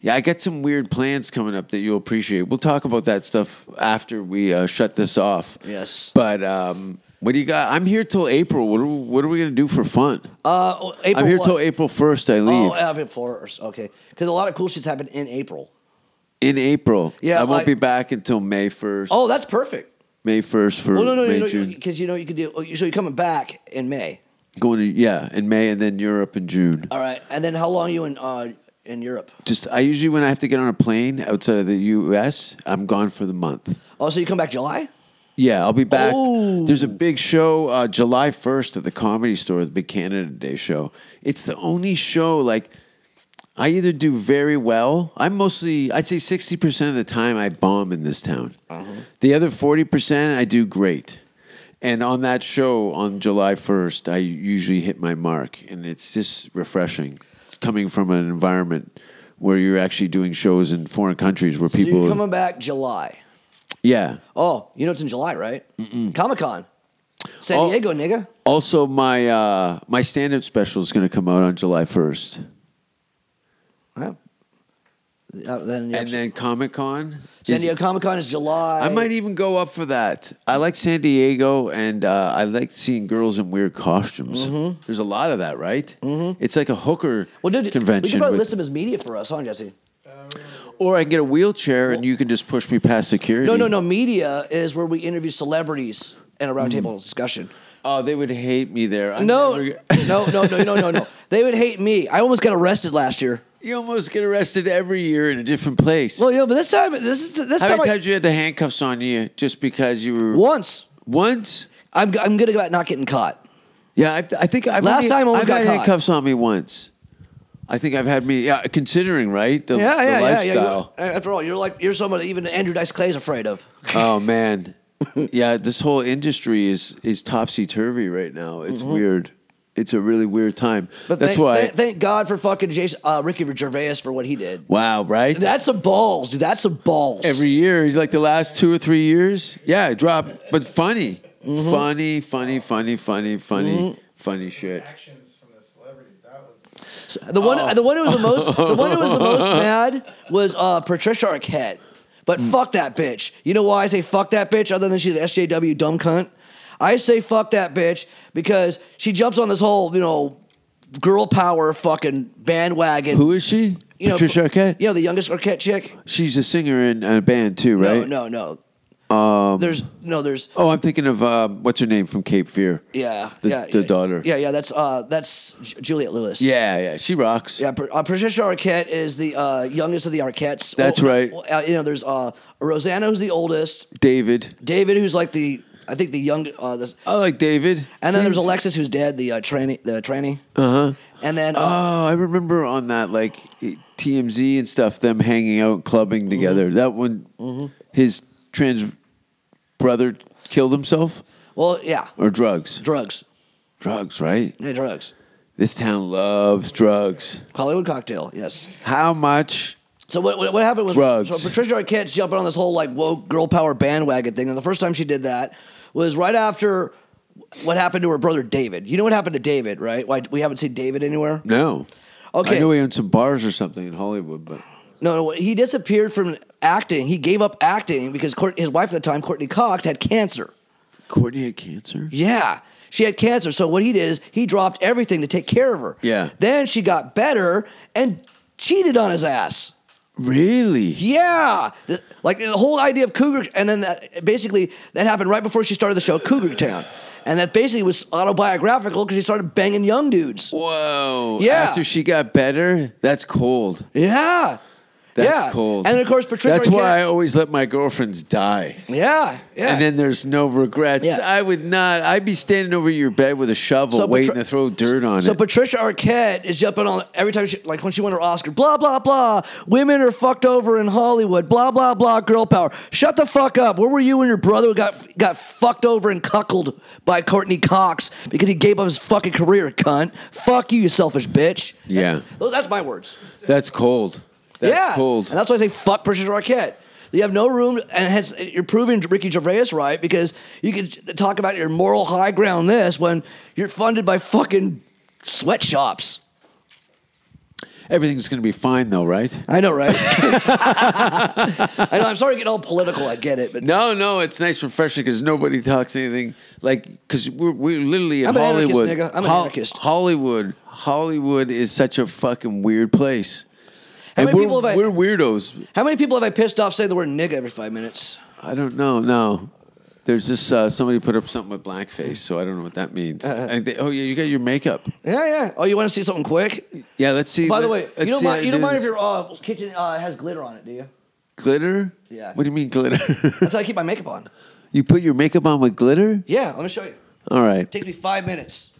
S5: Yeah, I got some weird plans coming up that you'll appreciate. We'll talk about that stuff after we uh, shut this off.
S6: Yes.
S5: But um, what do you got? I'm here till April. What are, what are we gonna do for fun?
S6: uh, oh, April
S5: I'm here
S6: what?
S5: till April first. I leave
S6: Oh, April first. Okay, because a lot of cool shits happen in April.
S5: in April.
S6: Yeah,
S5: I won't
S6: like-
S5: be back until May first.
S6: Oh, that's perfect.
S5: May first for
S6: Well, no, no,
S5: May
S6: no,
S5: June.
S6: because you know you could do. oh, So you're coming back in May.
S5: Going to yeah in May and then Europe in June.
S6: All right, and then how long are you in uh, in Europe?
S5: Just I usually when I have to get on a plane outside of the U.S., I'm gone for the month.
S6: Oh, so you come back July?
S5: Yeah, I'll be back.
S6: Oh.
S5: There's a big show uh, July 1st at the Comedy Store, the Big Canada Day show. It's the only show like I either do very well. I'm mostly I'd say 60% of the time I bomb in this town.
S6: Uh-huh.
S5: The other 40% I do great. And on that show on July 1st, I usually hit my mark and it's just refreshing coming from an environment where you're actually doing shows in foreign countries where
S6: So
S5: people
S6: you're coming back July.
S5: Yeah.
S6: Oh, you know it's in July, right? Comic Con, San
S5: Oh.
S6: Diego, nigga.
S5: Also, my uh, my stand up special is going to come out on July first,
S6: Huh? Uh, then,
S5: and then Comic Con.
S6: San Diego Comic Con is July.
S5: I might even go up for that. I like San Diego, and uh, I like seeing girls in weird costumes. There's a lot of that, right? Mm-hmm. It's like a hooker
S6: Mm-hmm. well, dude,
S5: convention.
S6: We can probably
S5: with-
S6: list them as media for us, huh, Jesse?
S5: or I can get a wheelchair, and you can just push me past security.
S6: No, no, no. Media is where we interview celebrities and a roundtable
S5: Mm.
S6: discussion.
S5: Oh, they would hate me there. I'm
S6: No,
S5: never-
S6: no, no, no, no, no, no. They would hate me. I almost got arrested last year.
S5: [LAUGHS] you almost get arrested every year in a different place.
S6: Well, you know, but this time, this is this
S5: How
S6: time.
S5: many
S6: I-
S5: times you had the handcuffs on you just because you were
S6: once,
S5: once?
S6: I'm I'm good about not getting caught.
S5: Yeah, I, I think I've
S6: Last
S5: only-
S6: time I almost
S5: I've
S6: got
S5: had
S6: caught.
S5: handcuffs on me once. I think I've had me. Yeah, considering right the,
S6: Yeah, yeah,
S5: the
S6: yeah, yeah.
S5: lifestyle.
S6: You- After all, you're like you're somebody even Andrew Dice Clay is afraid of.
S5: Oh man,
S6: [LAUGHS]
S5: yeah. This whole industry is is topsy turvy right now. It's weird. It's a really weird time.
S6: Mm-hmm. But
S5: That's
S6: thank,
S5: why.
S6: thank, thank God for fucking Jason uh, Ricky Gervais for what he did.
S5: wow, right?
S6: That's some balls, dude. That's some balls.
S5: Every year, he's like the last two or three years. Yeah, drop, but funny,
S6: Mm-hmm.
S5: funny, funny, funny, funny, funny, funny shit.
S7: Actions from the celebrities. That was.
S6: the one the one who was the most
S5: Oh.
S6: the one who was the
S5: [LAUGHS]
S6: most mad was uh, Patricia Arquette. But
S5: Hmm.
S6: fuck that bitch. You know why I say fuck that bitch? Other than she's an SJW dumb cunt, I say fuck that bitch because she jumps on this whole you know girl power fucking bandwagon.
S5: Who is she?
S6: you know,
S5: Patricia Arquette.
S6: You know the youngest Arquette chick.
S5: She's a singer in a band too, right? Um,
S6: No, no, no. there's no, there's
S5: Oh, I'm thinking of um, what's her name from Cape Fear.
S6: yeah,
S5: the,
S6: yeah,
S5: the
S6: yeah,
S5: daughter.
S6: Yeah, yeah. That's uh, that's Ju- Juliet Lewis.
S5: yeah, yeah. She rocks.
S6: Yeah, Pr- uh, Patricia Arquette is the uh, youngest of the Arquettes.
S5: That's right.
S6: Uh, you know, there's uh, Rosanna who's the oldest,
S5: David.
S6: David who's like the I think the young, uh, this,
S5: I like David.
S6: and then there's
S5: He's-
S6: Alexis who's dead, the uh, tranny, the tranny,
S5: Uh huh.
S6: and then uh,
S5: Oh, I remember on that like e, TMZ and stuff, them hanging out, clubbing together.
S6: Mm-hmm.
S5: That one, his trans brother killed himself
S6: well, yeah,
S5: or drugs.
S6: drugs,
S5: Drugs, right?
S6: yeah, drugs,
S5: This town loves drugs.
S6: Hollywood cocktail, yes.
S5: How much?
S6: So what, what, what happened was
S5: Drugs.
S6: So Patricia Arquette's jumping on this whole like woke girl power bandwagon thing, and the first time she did that was right after what happened to her brother David. You know what happened to David, right? Why we haven't seen David anywhere?
S5: No.
S6: Okay.
S5: I know he owned some bars or something in Hollywood, but
S6: No, no, he disappeared from acting. He gave up acting because Court, his wife at the time, Courtney Cox, had cancer.
S5: Courtney had cancer.
S6: Yeah. She had cancer, so what he did is he dropped everything to take care of her.
S5: Yeah.
S6: Then she got better and cheated on his ass.
S5: Really?
S6: Yeah, The- like the whole idea of Cougar, and then that basically that happened right before she started the show Cougar Town, and that basically was autobiographical because she started banging young dudes.
S5: Whoa.
S6: Yeah.
S5: After she got better, that's cold.
S6: Yeah,
S5: That's
S6: yeah.
S5: cold.
S6: And then, of course, Patricia.
S5: That's why I
S6: Arquette-
S5: always let my girlfriends die.
S6: yeah, yeah.
S5: And then there's no regrets.
S6: Yeah.
S5: I would not. I'd be standing over your bed with a shovel,
S6: So
S5: waiting
S6: Patri-
S5: to throw dirt on
S6: So
S5: it.
S6: Patricia Arquette is jumping on every time she like when she won her Oscar. Blah blah blah. Women are fucked over in Hollywood. Blah blah blah. Girl power. Shut the fuck up. Where were you and your brother who got got fucked over and cuckolded by Courtney Cox because he gave up his fucking career, cunt? Fuck you, you selfish bitch.
S5: Yeah.
S6: That's, those- that's my words.
S5: that's cold. That's
S6: yeah.
S5: cold.
S6: And that's why I say fuck Patricia Arquette. You have no room, and hence you're proving Ricky Gervais right because you can talk about your moral high ground this when you're funded by fucking sweatshops.
S5: Everything's going to be fine, though, right?
S6: I know, right? [LAUGHS] I know. I'm sorry to get all political. I get it, but
S5: No, no, it's nice and refreshing because nobody talks anything like because we're we're literally in
S6: I'm an anarchist,
S5: Hollywood.
S6: nigga. I'm an
S5: Hol-
S6: anarchist.
S5: Hollywood, Hollywood is such a fucking weird place.
S6: How
S5: and
S6: many
S5: we're,
S6: people have I-
S5: we're weirdos.
S6: how many people have I pissed off saying the word nigga every five minutes?
S5: I don't know. No, there's just uh, somebody put up something with blackface, so I don't know what that means.
S6: Uh,
S5: And they- oh yeah, you got your makeup.
S6: Yeah, yeah. Oh, you want to see something quick?
S5: Yeah, let's see.
S6: By the
S5: let-
S6: way, you
S5: let's
S6: don't
S5: see
S6: mind,
S5: how
S6: you don't mind if
S5: do
S6: your uh, kitchen uh, has glitter on it, do you?
S5: this. glitter.
S6: Yeah.
S5: What do you mean glitter? [LAUGHS]
S6: That's how I keep my makeup on.
S5: you put your makeup on with glitter?
S6: Yeah, let me show you.
S5: All right.
S6: takes me five minutes.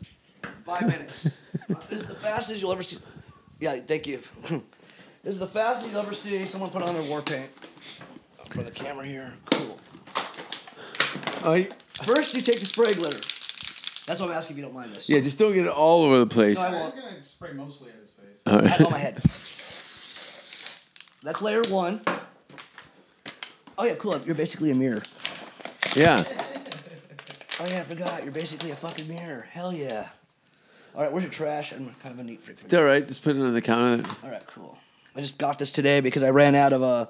S6: Five minutes. [LAUGHS] this is the fastest you'll ever see. Yeah, thank you. [CLEARS THROAT] this is the fastest you'll ever see someone put on their war paint. Up for the camera here. Cool.
S5: I-
S6: First, you take the spray glitter. That's what I'm asking if you don't mind this.
S5: yeah, just don't get it all over the place.
S6: No, I
S7: I'm
S6: won't.
S7: gonna spray mostly at his face.
S5: All right.
S6: Back on my head. That's layer one. Oh yeah, cool. You're basically a mirror.
S5: Yeah.
S6: Oh yeah, I forgot. You're basically a fucking mirror. Hell yeah. All right, where's your trash? I'm kind of a neat freak. For
S5: It's all right. Just put it on the counter.
S6: All right, cool. I just got this today because I ran out of uh,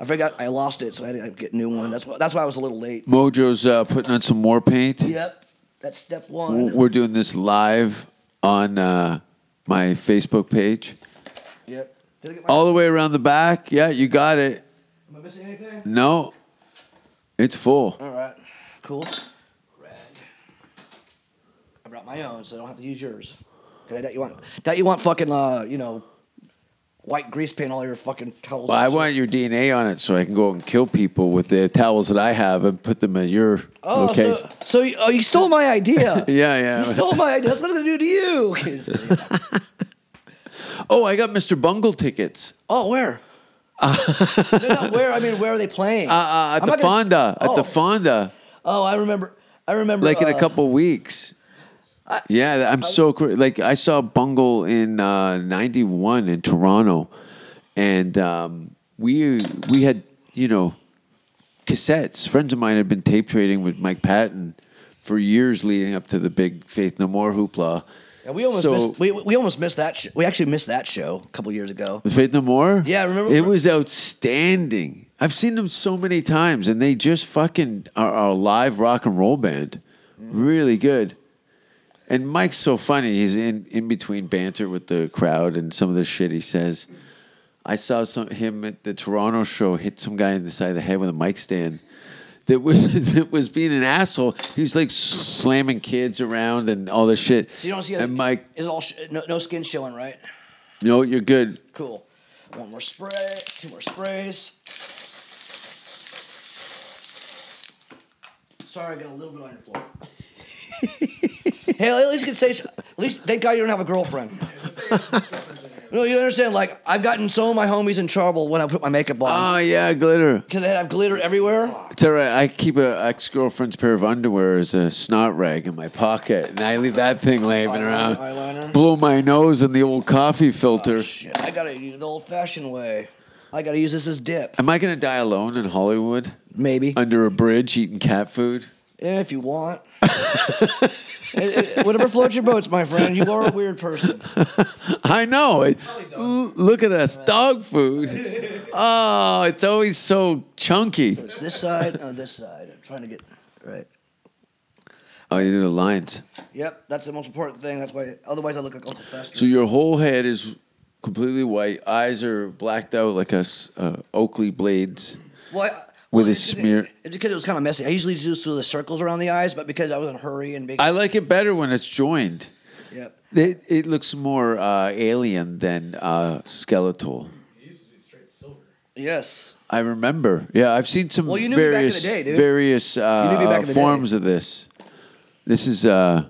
S6: I forgot I lost it, so I had to get a new one. That's why that's why I was a little late.
S5: Mojo's uh, putting on some war paint.
S6: Yep, that's step
S5: W-
S6: one.
S5: We're doing this live on uh, my Facebook page.
S6: Yep. Did I get my,
S5: All the way around the back. Yeah, you got it.
S6: am I missing anything?
S5: No, it's full.
S6: All right, cool. Red. I brought my own, so I don't have to use yours. 'Cause I doubt you want doubt you want fucking uh, you know, white grease paint all your fucking towels.
S5: Well,
S6: and
S5: I
S6: shit.
S5: want your DNA on it so I can go and kill people with the towels that I have and put them in your
S6: Oh,
S5: location.
S6: so, so you, oh, you stole my idea.
S5: [LAUGHS] Yeah,
S6: You
S5: yeah.
S6: stole my idea. That's what I'm gonna do to you. [LAUGHS] Okay, just kidding.
S5: Oh, I got Mr. Bungle tickets.
S6: Oh,
S5: [LAUGHS]
S6: where? no, not where. I mean, where are they playing?
S5: Uh, at
S6: I'm
S5: the
S6: not gonna-
S5: Fonda. At
S6: oh,
S5: the Fonda.
S6: Oh, I remember. I remember.
S5: like in a
S6: uh,
S5: couple weeks. yeah, I'm so cra- like I saw Bungle in uh, '91 in Toronto, and um, we we had you know cassettes. Friends of mine had been tape trading with Mike Patton for years leading up to the big Faith No More hoopla.
S6: Yeah, we almost
S5: so-
S6: missed. We, we almost missed that. Sh- we actually missed that show a couple years ago.
S5: The Faith No More.
S6: Yeah, I remember-
S5: It was outstanding. I've seen them so many times, and they just fucking are are a live rock and roll band.
S6: Mm.
S5: Really good. And Mike's so funny. He's in, in between banter with the crowd and some of the shit he says. I saw some him at the Toronto show hit some guy in the side of the head with a mic stand that was [LAUGHS] that was being an asshole. He was like slamming kids around and all this shit.
S6: So you don't see.
S5: and Mike,
S6: is it all sh- no, no skin showing, right?
S5: no, you're good.
S6: Cool. One more spray. Two more sprays. Sorry, I got a little bit on your floor. hey, at least you can say. s- At least, thank God you don't have a girlfriend. No, you don't understand. Like I've gotten some of my homies in trouble when I put my makeup on
S5: Oh yeah, glitter.
S6: because they have glitter everywhere.
S5: It's all right. I keep a ex girlfriend's pair of underwear as a snot rag in my pocket, and I leave that thing laving around.
S6: Eyeliner.
S5: Blow my nose in the old coffee filter.
S6: Shit, I gotta use the old-fashioned way. I gotta use this as dip,
S5: Am I gonna die alone in Hollywood
S6: maybe,
S5: under a bridge eating cat food? [LAUGHS]
S6: Eh, if you want. Eh, eh, whatever floats your boats, my friend. You are a weird person.
S5: I know. It, l- look at us, dog food. Oh, it's always so chunky.
S6: It's this side, or this side. I'm trying to get right.
S5: Oh, you did the lines.
S6: Yep, that's the most important thing. That's why. Otherwise, I look like Uncle Fester.
S5: So your whole head is completely white. Eyes are blacked out like us uh, Oakley blades.
S6: Well, I-
S5: With
S6: well,
S5: a
S6: it's just-
S5: smear-
S6: It's because it was kind of messy. I usually just do the circles around the eyes, but because I was in a hurry and big.
S5: I like it better when it's joined.
S6: yep.
S5: It, it looks more uh, alien than uh, skeletal.
S7: He used to do straight silver.
S6: Yes.
S5: I remember. Yeah, I've seen some
S6: Well, you knew me back in the
S5: various
S6: day, dude.
S5: various
S6: knew me back
S5: uh,
S6: in the
S5: forms of this. This is uh,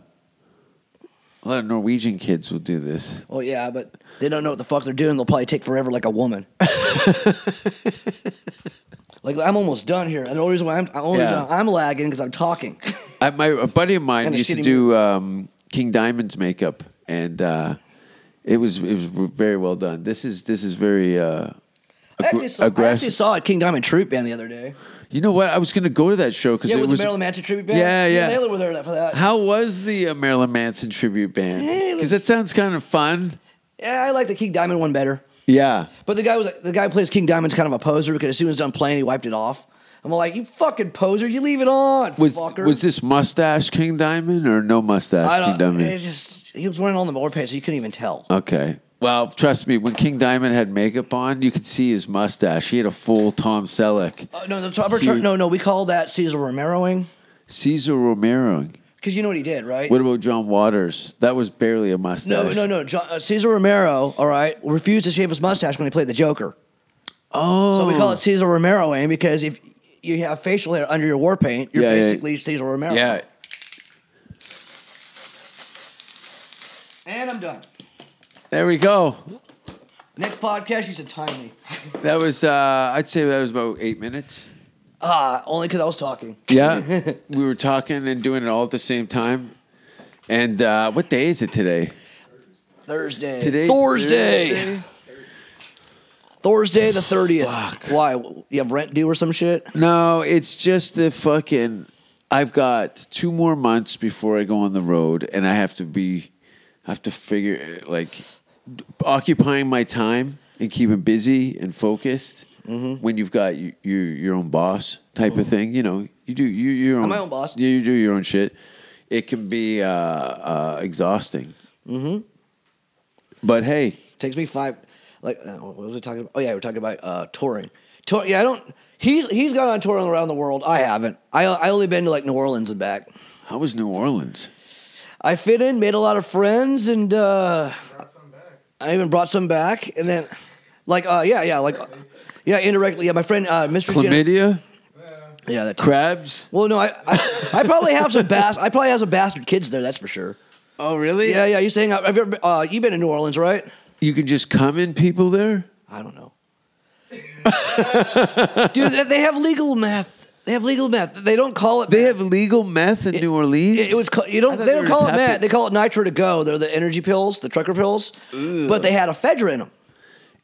S5: a lot of Norwegian kids will do this.
S6: Well, yeah, but they don't know what the fuck they're doing. They'll probably take forever, like a
S5: [LAUGHS]
S6: woman. like I'm almost done here. And the only reason why I'm, the only
S5: Yeah.
S6: reason I'm lagging because I'm talking. [LAUGHS]
S5: I, my a buddy of mine
S6: And a
S5: used to
S6: shitty
S5: do um, King Diamond's makeup, and uh, it was it was very well done. This is this is very uh,
S6: I actually,
S5: aggr-
S6: saw, I actually
S5: aggressive.
S6: saw it King Diamond Troop Band the other day.
S5: You know what? I was going to go to that show because
S6: Yeah,
S5: it
S6: with
S5: was
S6: the Marilyn Manson tribute band.
S5: Yeah,
S6: Me and
S5: yeah.
S6: Layla were there for that.
S5: How was the uh, Marilyn Manson tribute band?
S6: Eh, it was-
S5: Because that sounds kind of fun.
S6: yeah, I like the King Diamond one better.
S5: Yeah.
S6: But the guy was the guy who plays King Diamond's kind of a poser because as soon as done playing, he wiped it off. I'm like, you fucking poser, you leave it on,
S5: Was
S6: fucker.
S5: was this mustache King Diamond or no mustache
S6: I don't.
S5: King Diamond? Uh,
S6: It's just he was wearing all the more pants, so you couldn't even tell.
S5: Okay. Well, trust me, when King Diamond had makeup on, you could see his mustache. He had a full Tom Selleck,
S6: Uh, no, the proper term.
S5: He-
S6: No, no, we call that Caesar Romeroing
S5: Caesar Romero.
S6: because you know what he did, right?
S5: What about John Waters? That was barely a mustache.
S6: no, no, no. John, uh, Caesar Romero, all right, refused to shave his mustache when he played the Joker.
S5: Oh,
S6: So we call it Caesar Romeroing because if you have facial hair under your war paint, you're
S5: Yeah, yeah.
S6: basically Caesar Romero.
S5: Yeah.
S6: And I'm done.
S5: There we go.
S6: Next podcast, you should time me.
S5: That was. uh I'd say that was about eight minutes.
S6: Ah, only because I was talking.
S5: Yeah, [LAUGHS] we were talking and doing it all at the same time. And uh, what day is it today?
S6: Thursday.
S5: Today's
S6: Thursday.
S5: Thursday?
S6: Thursday the thirtieth.
S5: Fuck.
S6: Why? You have rent due or some shit?
S5: No, it's just the fucking. I've got two more months before I go on the road, and I have to be, I have to figure like occupying my time and keeping busy and focused.
S6: Mm-hmm.
S5: When you've got your, your your own boss type of thing, you know, you do you your own.
S6: my own boss.
S5: Yeah, you do your own shit. It can be uh, uh, exhausting. Mm-hmm. But hey,
S6: Takes me five. Like, uh, what was we talking about? Oh yeah, we are talking about uh, touring. Tour. Yeah, I don't. He's he's gone on tour around the world. I haven't. I I only been to like New Orleans and back.
S5: how was New Orleans?
S6: I fit in, made a lot of friends, and uh,
S7: Brought some back.
S6: I even brought some back. And then, like, uh, yeah, yeah, like, uh, yeah, indirectly. Yeah, my friend, uh, Mr. Gen-
S5: Chlamydia,
S6: yeah, that
S5: crabs.
S6: Well, no, I, I, I probably have some bas- I probably have some bastard kids there. That's for sure.
S5: Oh, really?
S6: Yeah, yeah. I used to hang out. Have you ever been, uh, you been in New Orleans, right?
S5: You can just come in people there.
S6: I don't
S5: [LAUGHS]
S6: know, dude. they- They have legal meth. They have legal meth. They don't call it.
S5: They
S6: meth.
S5: have legal meth in New Orleans.
S6: It, it was ca- you
S5: I
S6: don't.
S5: thought
S6: They
S5: they
S6: don't
S5: were
S6: call it
S5: just
S6: meth.
S5: happy-
S6: They call it nitro to go. They're the energy pills, the trucker pills. But they had ephedra in them.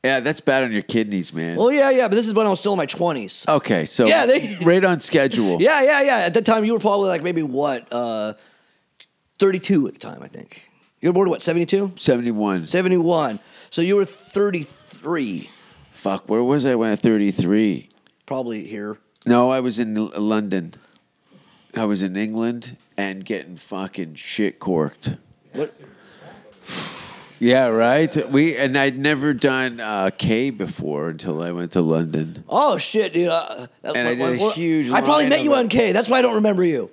S5: yeah, that's bad on your kidneys, man.
S6: Well, yeah, yeah. But this is when I was still in my twenties.
S5: okay, so
S6: Yeah, they-
S5: right on schedule.
S6: Yeah, yeah, yeah. At that time, you were probably like maybe what, uh, thirty-two at the time, I think. You were born what, seventy-two?
S5: seventy-one.
S6: 71. So you were 33,
S5: Fuck, where was I when at thirty-three?
S6: probably here.
S5: No, I was in L- London. I was in England and getting fucking shit corked.
S6: What?
S5: Yeah, right. We and I'd never done uh, K before until I went to London.
S6: Oh, shit, dude. Uh, that-
S5: And I did a huge
S6: I probably
S5: line
S6: met you
S5: over-
S6: on K. That's why I don't remember
S5: [LAUGHS]
S6: you.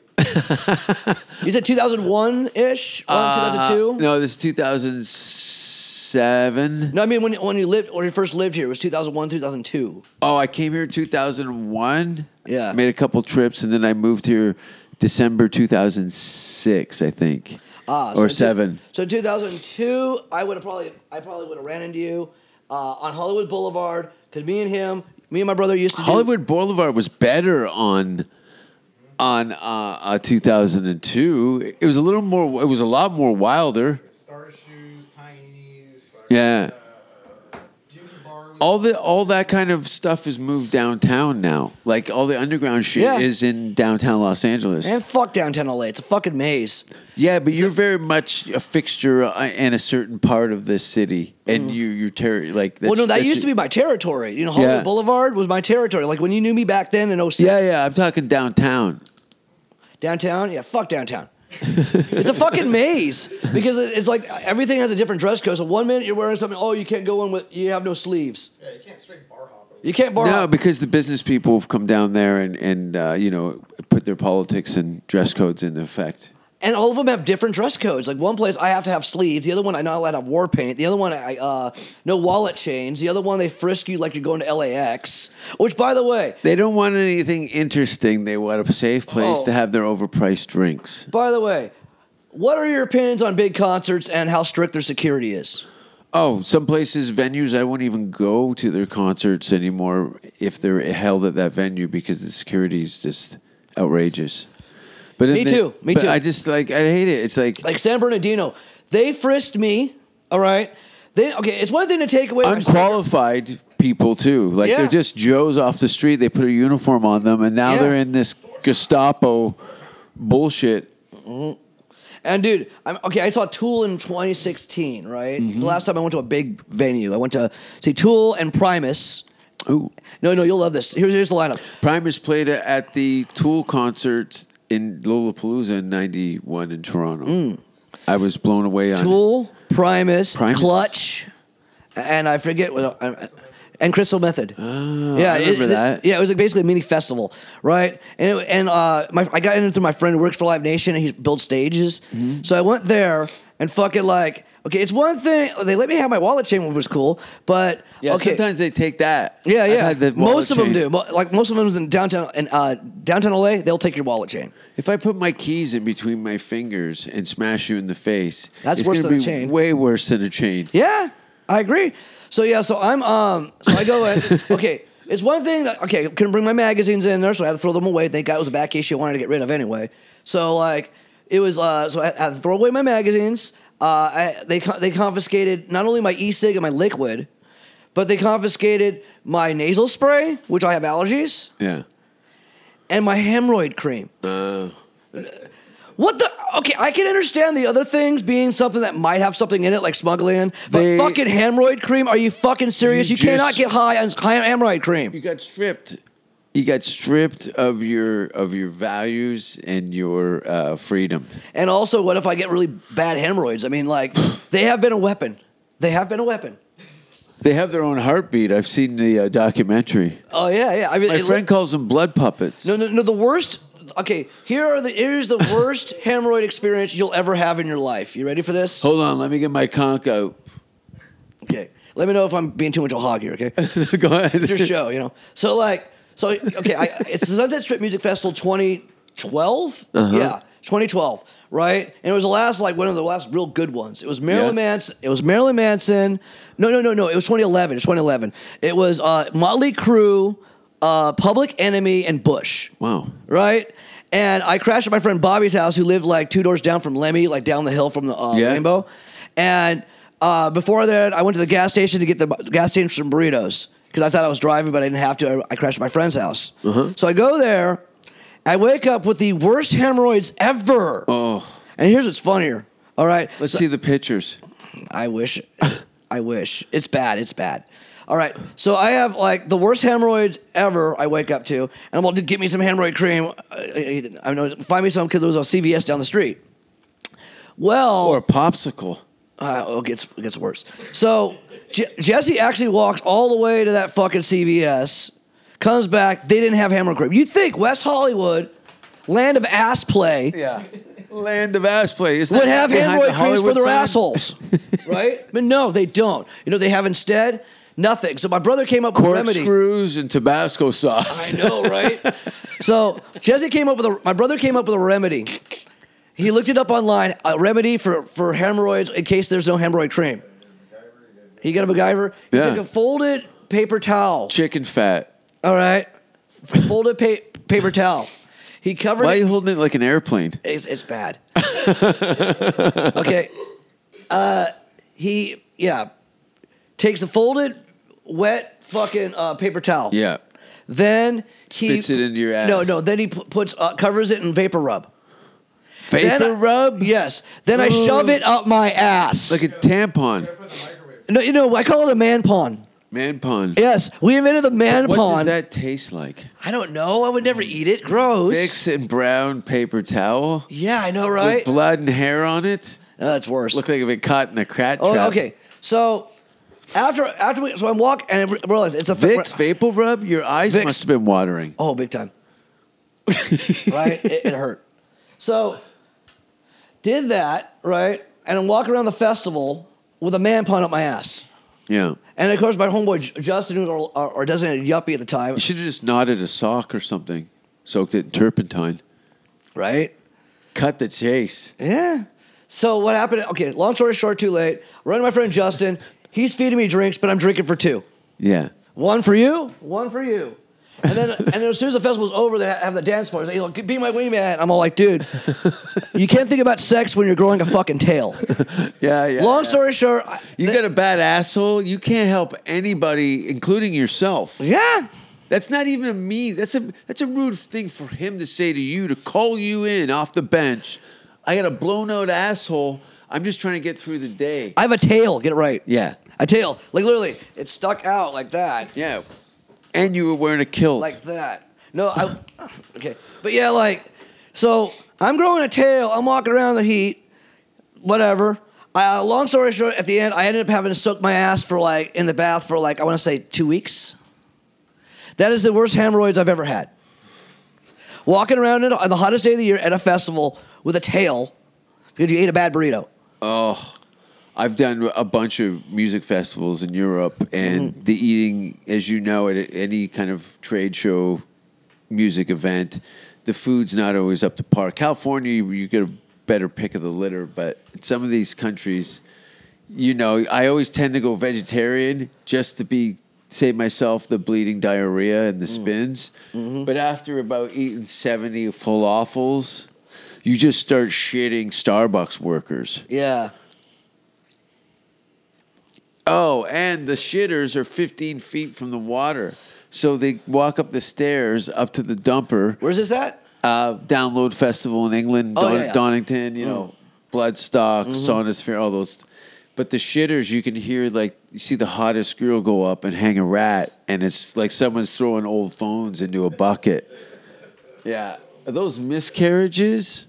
S6: you said 2001 ish? 2002?
S5: Uh, no, this is two thousand seven.
S6: No, I mean, when, when you lived, when you first lived here, it was 2001, 2002.
S5: Oh, I came here in 2001.
S6: Yeah.
S5: Made a couple trips and then I moved here December 2006, I think.
S6: Ah,
S5: or
S6: so in two-
S5: 7.
S6: so in 2002, I would have probably, I probably would have ran into you uh, on Hollywood Boulevard because me and him, me and my brother used to do-
S5: Hollywood Boulevard was better on on uh, uh 2002. It was a little more it was a lot more wilder.
S7: Star shoes, tinies. fucking,
S5: Yeah.
S7: Uh, beauty bar. Was
S5: All the all that kind of stuff is moved downtown now. Like all the underground shit
S6: Yeah.
S5: is in downtown Los Angeles.
S6: and fuck downtown LA. It's a fucking maze.
S5: Yeah, but you're very much a fixture uh, in a certain part of this city, and you you're terri like. That's,
S6: Mm-hmm. Well, no, that
S5: that's
S6: used to be
S5: your-
S6: my territory. You know, Hollywood
S5: Yeah.
S6: Boulevard was my territory. Like
S5: [LAUGHS]
S6: when you knew me back then in 06,
S5: Yeah, yeah, I'm talking downtown.
S6: downtown, yeah, fuck downtown. It's a fucking maze because it- it's like everything has a different dress code. So one minute you're wearing something, oh, you can't go in with, you have no sleeves.
S7: Yeah, you can't straight bar hop. over.
S6: You can't borrow.
S5: No, because the business people have come down there and and uh, you know put their politics and dress codes into effect.
S6: and all of them have different dress codes. Like one place I have to have sleeves, the other one I'm not allowed to have war paint, the other one I uh, no wallet chains, the other one they frisk you like you're going to LAX. Which, by the way,
S5: They don't want anything interesting. They want a safe place
S6: Oh.
S5: to have their overpriced drinks.
S6: by the way, what are your opinions on big concerts and how strict their security is?
S5: Oh, some places, venues, I won't even go to their concerts anymore if they're held at that venue because the security is just outrageous. But
S6: Me too, me
S5: but
S6: too.
S5: I just like I hate it. It's like,
S6: Like San Bernardino, they frisked me. All right, they okay. It's one thing to take away. my-
S5: unqualified people too. Like
S6: Yeah.
S5: they're just Joes off the street. They put a uniform on them, and now
S6: Yeah.
S5: they're in this Gestapo bullshit.
S6: And dude, I'm okay. I saw Tool in 2016, right? The last time I went to a big venue, I went to see Tool and Primus.
S5: Ooh,
S6: No, no, you'll love this. Here's here's the lineup.
S5: Primus played at the Tool concert in Lollapalooza in '91 in Toronto. I was blown away on it.
S6: Mm. Tool, Primus,
S5: Primus.
S6: Clutch, and I forget what. uh, And Crystal Method. yeah,
S5: Oh, I remember
S6: it,
S5: that.
S6: Yeah, it was like basically a mini festival, right? And it, and uh, my I got in through my friend who works for Live Nation, and he builds stages.
S5: Mm-hmm.
S6: So I went there and fucking like, okay, it's one thing they let me have my wallet chain, which was cool, but
S5: Yeah,
S6: okay.
S5: sometimes they take that.
S6: yeah,
S5: I've
S6: yeah.
S5: had the wallet
S6: Most of them
S5: chain.
S6: do. Mo- Like most of them in downtown in uh, downtown LA, they'll take your wallet chain.
S5: If I put my keys in between my fingers and smash you in the face,
S6: That's
S5: it's
S6: worse
S5: gonna
S6: than a
S5: be
S6: chain.
S5: Way worse than a chain.
S6: Yeah, I agree. So yeah, so I'm um, so I go in. okay, it's one thing. That, okay, couldn't bring my magazines in there, so I had to throw them away. Thank God it was a back issue I wanted to get rid of anyway. So like, it was uh, so I had to throw away my magazines. Uh, I, they co- they confiscated not only my e-cig and my liquid, but they confiscated my nasal spray, which I have allergies,
S5: Yeah. Uh,
S6: and my hemorrhoid cream. What the? Okay, I can understand the other things being something that might have something in it, like smuggling. But
S5: They-
S6: fucking hemorrhoid cream? Are you fucking serious? You,
S5: You
S6: cannot
S5: just-
S6: get high on high on hemorrhoid
S5: You
S6: cream.
S5: got stripped. You got stripped of your of your values and your uh, freedom.
S6: And also, what if I get really bad hemorrhoids? I mean,
S5: [SIGHS]
S6: like, they have been a weapon. They have been a weapon.
S5: They have their own heartbeat. I've seen the uh, documentary.
S6: Oh yeah, yeah. I mean,
S5: My
S6: it-
S5: friend calls them blood puppets.
S6: no, no, no. The worst. Okay, here are the here's the worst [LAUGHS] hemorrhoid experience you'll ever have in your life. You ready for this?
S5: Hold on, let me get my conch out. [LAUGHS]
S6: Okay. Let me know if I'm being too much of a hog here.
S5: [LAUGHS]
S6: Okay.
S5: Go ahead.
S6: it's your show, you know. So like, so okay, I, it's the Sunset Strip Music Festival 2012.
S5: Uh-huh.
S6: Yeah, 2012, right? And it was the last like one of the last real good ones. It was Marilyn
S5: Yeah.
S6: Manson. It was Marilyn Manson. No, no, no, no. It was 2011. It's 2011. It was uh, Motley Crue, uh, Public Enemy, and Bush
S5: Wow.
S6: right? And I crashed at my friend Bobby's house, who lived like two doors down from Lemmy, like down the hill from the uh,
S5: Yeah.
S6: Rainbow. And uh, before that, I went to the gas station to get the gas station some burritos because I thought I was driving, but I didn't have to. I, I crashed at my friend's house,
S5: Uh-huh.
S6: so I go there. I wake up with the worst hemorrhoids ever.
S5: Oh,
S6: And here's what's funnier. All right,
S5: let's see the pictures.
S6: I wish. I wish. It's bad. It's bad. All right. So I have like the worst hemorrhoids ever. I wake up to, and I'm all, dude, get me some hemorrhoid cream. I, I, I know, find me some because there was a CVS down the street. Well,
S5: Or a popsicle.
S6: uh, oh, it gets it gets worse. So Je- Jesse actually walks all the way to that fucking CVS, comes back. They didn't have hemorrhoid cream. You think West Hollywood, land of ass play,
S5: Yeah. [LAUGHS] Land of ass play. Isn't
S6: would have
S5: that behind
S6: hemorrhoid
S5: the
S6: creams for
S5: Hollywood
S6: their
S5: sign? [LAUGHS]
S6: assholes, right? But no, they don't. You know, they have instead nothing. So my brother came up with a remedy.
S5: Corkscrews and Tabasco
S6: I
S5: sauce.
S6: know, right? so Jesse came up with a. My brother came up with a remedy. He looked it up online. A remedy for for hemorrhoids in case there's no hemorrhoid cream. He got a MacGyver. He
S5: Yeah.
S6: took a folded paper towel.
S5: [LAUGHS] Chicken fat.
S6: All right, F- folded pa- paper towel. He covered.
S5: Why are
S6: it-
S5: you holding it like an airplane?
S6: It's, it's
S5: [LAUGHS]
S6: bad. okay. Uh, he, yeah, takes a folded, wet fucking uh, paper towel.
S5: Yeah.
S6: Then he
S5: Spits it into your ass.
S6: No, no. Then he pu- puts uh, covers it in vapor rub.
S5: Vapor
S6: Then I-
S5: rub?
S6: Yes. Then I
S5: Ooh.
S6: shove it up my ass.
S5: Like a tampon.
S7: Put it in the microwave.
S6: no, you know, I call it a man pawn.
S5: Man pun.
S6: Yes, we invented the man
S5: What does
S6: pond.
S5: that taste like?
S6: I don't know. I would never eat it. Gross.
S5: Fix and brown paper towel
S6: Yeah, I know, right?
S5: with blood and hair on it.
S6: No, that's worse.
S5: Looked like it been caught in a crat
S6: oh,
S5: trap.
S6: okay. So after after we, so I'm walking and I re- realize it's a
S5: Vicks Vapor Rub. Your eyes
S6: Vicks.
S5: must have been watering.
S6: Oh, big time. [LAUGHS] right? It, it hurt. So, did that, right? And I'm walking around the festival with a man pun up my ass.
S5: Yeah.
S6: And of course, my homeboy J- Justin, who was our, our designated yuppie at the time,
S5: You should have just knotted a sock or something, soaked it in turpentine.
S6: right?
S5: Cut the chase.
S6: Yeah. So, what happened? Okay, long story short, too late. Run to my friend Justin. He's feeding me drinks, but I'm drinking for two.
S5: Yeah. [LAUGHS]
S6: One for you, one for you. And then, and then as soon as the festival's over, they have the dance floor. He's like, "Be my wingman." I'm all like,
S5: [LAUGHS]
S6: "Dude, you can't think about sex when you're growing a fucking tail."
S5: Yeah, [LAUGHS] yeah.
S6: Long story short, I-
S5: You
S6: th-
S5: got a bad asshole. You can't help anybody, including yourself.
S6: yeah,
S5: That's not even a mean. That's a that's a rude thing for him to say to you to call you in off the bench. I got a blown out asshole. I'm just trying to get through the day.
S6: I have a tail. Get it right.
S5: yeah,
S6: a tail. Like literally, it stuck out like that,
S5: yeah. And you were wearing a kilt.
S6: like that. No, I okay, but yeah, like so, I'm growing a tail. I'm walking around in the heat, whatever. Uh, long story short, at the end, I ended up having to soak my ass for like in the bath for like I want to say two weeks. That is the worst hemorrhoids I've ever had. Walking around in- on the hottest day of the year at a festival with a tail because you ate a bad burrito.
S5: Oh, I've done a bunch of music festivals in Europe, and the eating, as you know, at any kind of trade show, music event, the food's not always up to par. California, you, you get a better pick of the litter, but in some of these countries, you know, I always tend to go vegetarian just to be save myself the bleeding diarrhea and the spins. But after about eating seventy falafels. You just start shitting Starbucks workers.
S6: Yeah.
S5: Oh, and the shitters are 15 feet from the water. So they walk up the stairs up to the dumper.
S6: Where's this at?
S5: Uh, Download Festival in England,
S6: Oh,
S5: Don-
S6: yeah, Mm. Mm-hmm. yeah.
S5: Donington, you know, Bloodstock, Sonosphere, all those. But the shitters, you can hear like, you see the hottest girl go up and hang a rat, and it's like someone's throwing old phones into a bucket. Yeah. Are those miscarriages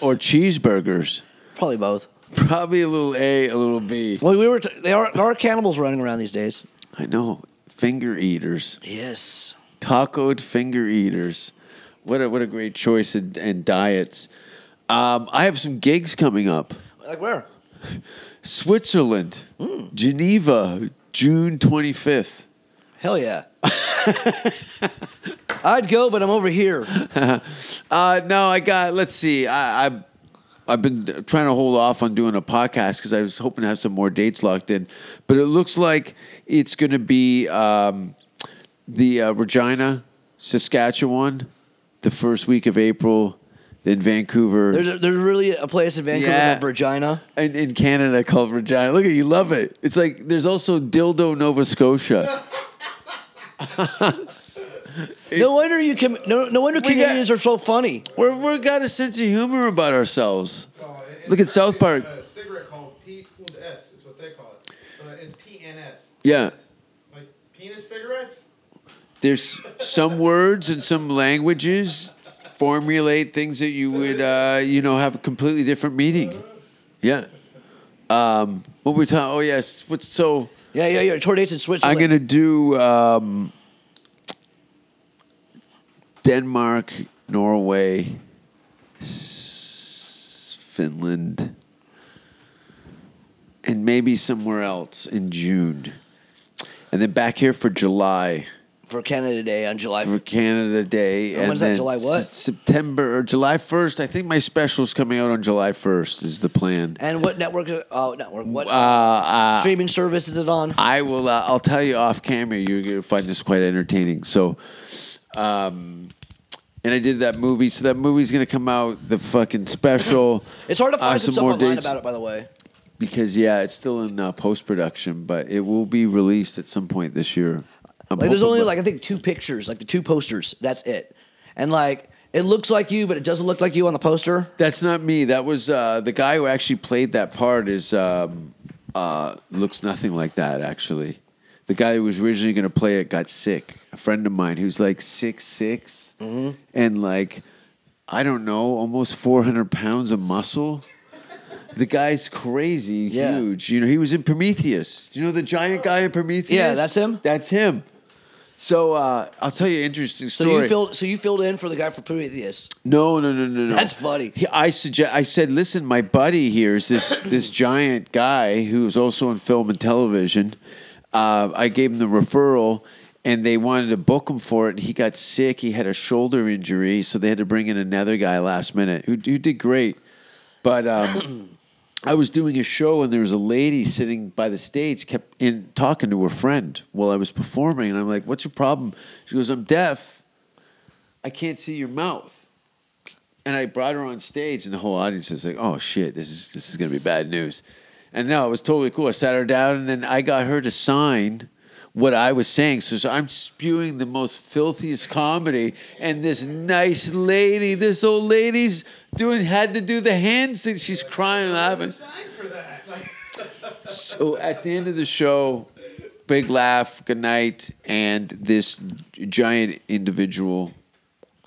S5: or cheeseburgers? [LAUGHS]
S6: Probably both.
S5: Probably a little A, a little B.
S6: Well, we were. T- they are there are cannibals running around these days.
S5: I know. Finger eaters.
S6: Yes.
S5: tacoed finger eaters. What a, what a great choice and, and diets. Um, I have some gigs coming up.
S6: Like where?
S5: Switzerland,
S6: Hmm.
S5: Geneva, June 25th.
S6: Hell yeah. I'd go, but I'm over here.
S5: Uh, no, I got. Let's see. I, I I've been trying to hold off on doing a podcast because I was hoping to have some more dates locked in, but it looks like it's going to be um, the uh, Regina, Saskatchewan, the first week of April, then Vancouver.
S6: There's a, there's really a place in Vancouver
S5: Yeah.
S6: called Virginia.
S5: in, in Canada called Regina. Look at you, love it. It's like there's also dildo Nova Scotia.
S6: No wonder you can. No, no wonder
S5: got-
S6: Canadians are so funny.
S5: We're we got a sense of humor about ourselves.
S7: Oh, it- it's
S5: Look at South
S7: actually
S5: Park.
S7: A cigarette called P and S is what they call it. But it's PNS.
S5: Yeah.
S7: Like penis cigarettes?
S5: There's some words and some languages formulate things that you would uh, you know have a completely different meaning. Yeah. Um, what were we talking? Oh yes. What's so?
S6: Yeah, yeah, yeah. Tour dates in
S5: I'm
S6: Switzerland.
S5: gonna do um, Denmark, Norway, s- Finland, and maybe somewhere else in June, and then back here for July
S6: for Canada Day on July.
S5: for Canada Day.
S6: And when's that, July what?
S5: September or July first. I think my special's coming out on July first. Is the plan?
S6: and what network? Oh, network. What
S5: Uh, uh,
S6: streaming service is it on?
S5: I will. Uh, I'll tell you off camera. You're gonna find this quite entertaining. So, um, and I did that movie. So that movie's gonna come out. The fucking special.
S6: [CLEARS THROAT] It's hard to
S5: uh,
S6: find some stuff online
S5: dates
S6: about it, by the way.
S5: because yeah, it's still in uh, post production, but it will be released at some point this year. I'm
S6: Like there's
S5: hoping,
S6: only
S5: but-
S6: like I think two pictures, like the two posters. That's it. And like it looks like you, but it doesn't look like you on the poster.
S5: That's not me. That was uh, the guy who actually played that part. Is um, uh, looks nothing like that actually. The guy who was originally going to play it got sick. A friend of mine who's like six
S6: Mm-hmm.
S5: and like I don't know, almost four hundred pounds of muscle. The guy's crazy,
S6: Yeah.
S5: huge. You know, he was in Prometheus. You know the giant guy in Prometheus.
S6: Yeah, that's him?
S5: That's him. So uh, I'll tell you an interesting
S6: So
S5: story.
S6: you filled so you filled in for the guy for Prometheus.
S5: No, no, no, no, no.
S6: That's funny.
S5: He, I suggest. I said, listen, my buddy here
S6: [COUGHS]
S5: is this this giant guy who's also in film and television. Uh, I gave him the referral, and they wanted to book him for it. And he got sick. He had a shoulder injury, so they had to bring in another guy last minute who who did great.
S6: [COUGHS]
S5: But um, I was doing a show, and there was a lady sitting by the stage, kept in talking to her friend while I was performing, and I'm like, "What's your problem?" She goes, "I'm deaf. I can't see your mouth." and I brought her on stage, and the whole audience is like, "Oh shit, this is this is gonna be bad news." And no, it was totally cool. I sat her down, and then I got her to sign what I was saying. So, so I'm spewing the most filthiest comedy, and this nice lady, this old lady's doing had to do the hands that she's crying and laughing.
S7: Sign for that. [LAUGHS] Like,
S5: So at the end of the show, big laugh, good night, and this giant individual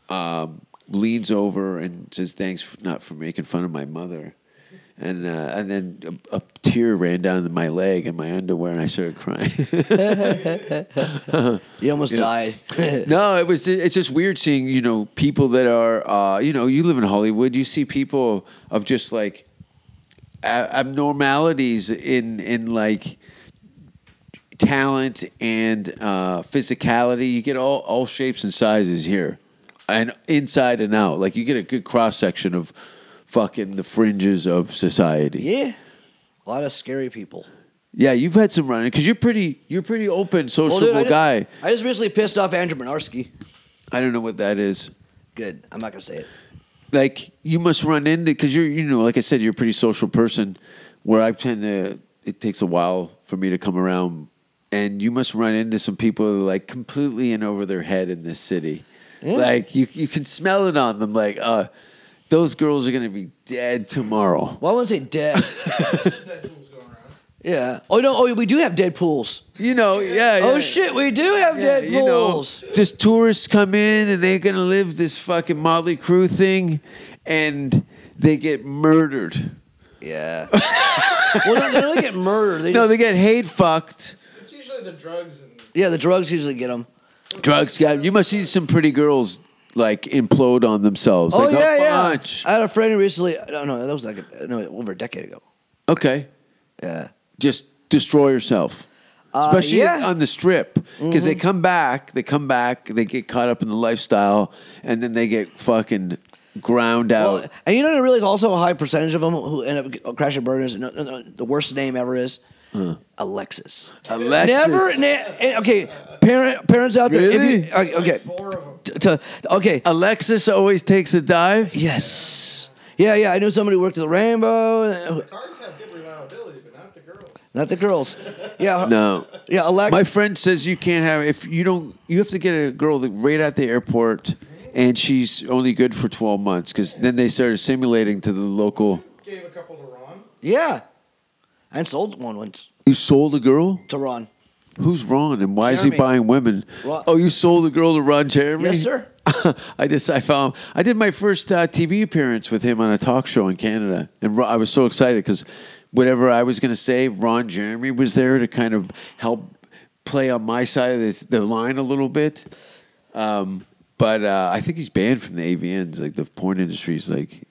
S5: um, leans over and says, "Thanks for, not for making fun of my mother." And uh, and then a, a tear ran down my leg and my underwear, and I started crying. [LAUGHS]
S6: You almost died. [LAUGHS]
S5: no, it was it's just weird seeing you know people that are uh, you know you live in Hollywood, you see people of just like a- abnormalities in in like talent and uh, physicality. You get all all shapes and sizes here, and inside and out. Like you get a good cross section of fucking the fringes of society.
S6: yeah. A lot of scary people.
S5: Yeah, you've had some running because you're pretty you're pretty open,
S6: Well,
S5: sociable
S6: dude, I just,
S5: guy.
S6: I just recently pissed off Andrew Minarski.
S5: I don't know what that is.
S6: Good. I'm not gonna say it.
S5: like you must run into because you're you know like I said you're a pretty social person where I tend to it takes a while for me to come around and you must run into some people who are like completely in over their head in this city like you you can smell it on them like uh those girls are gonna be dead tomorrow
S6: Well, I wouldn't say
S5: [LAUGHS]
S6: dead.
S7: that fool's going around.
S6: yeah. Oh no. Oh, we do have dead pools.
S5: you know yeah,
S6: Oh
S5: yeah.
S6: shit, we do have
S5: Yeah,
S6: dead
S5: you know,
S6: pools.
S5: just tourists come in and they're gonna live this fucking Motley Crue thing, and they get murdered.
S6: Yeah. [LAUGHS] well, no, they don't get murdered. They
S5: No,
S6: just-
S5: they get hate fucked.
S7: It's usually the drugs and
S6: yeah, the drugs usually get them.
S5: Drugs, guy. You must see some pretty girls like implode on themselves.
S6: Oh
S5: like,
S6: yeah,
S5: a
S6: yeah.
S5: bunch.
S6: I had a friend who recently. No, no, that was like a, no over a decade ago.
S5: Okay,
S6: Yeah.
S5: just destroy yourself.
S6: Uh,
S5: Especially
S6: yeah. Mm-hmm.
S5: on the strip, because they come back, they come back, they get caught up in the lifestyle, and then they get fucking ground out.
S6: Well, and you know, what I realize also a high percentage of them who end up crashing burners. No, no, no, the worst name ever is Alexis.
S5: Alexis.
S6: Never. Na- eh, okay, parent parents out there. If you, okay. okay.
S7: four of them.
S6: T- t- okay. uh,
S5: Alexis always takes a dive.
S6: Yes. Yeah, yeah. I knew somebody who worked at the Rainbow. uh,
S7: Cars have good reliability, but not the girls.
S6: Not the girls. Yeah.
S5: No.
S6: Yeah, Alexis.
S5: My friend says you can't have if you don't. You have to get a girl that right at the airport, and she's only good for twelve months because then they started simulating to the local.
S7: Gave a couple to Ron.
S6: yeah. And sold one once
S5: You sold a girl?
S6: to Ron.
S5: Who's Ron and why is he
S6: Jeremy.
S5: buying women?
S6: Ron-
S5: Oh, you sold a girl to Ron Jeremy?
S6: Yes, sir.
S5: [LAUGHS] I just I found I did my first uh, TV appearance with him on a talk show in Canada, and Ro- I was so excited because whatever I was going to say, Ron Jeremy was there to kind of help play on my side of the, the line a little bit. Um, but uh, I think he's banned from the AVNs, like the porn industry is like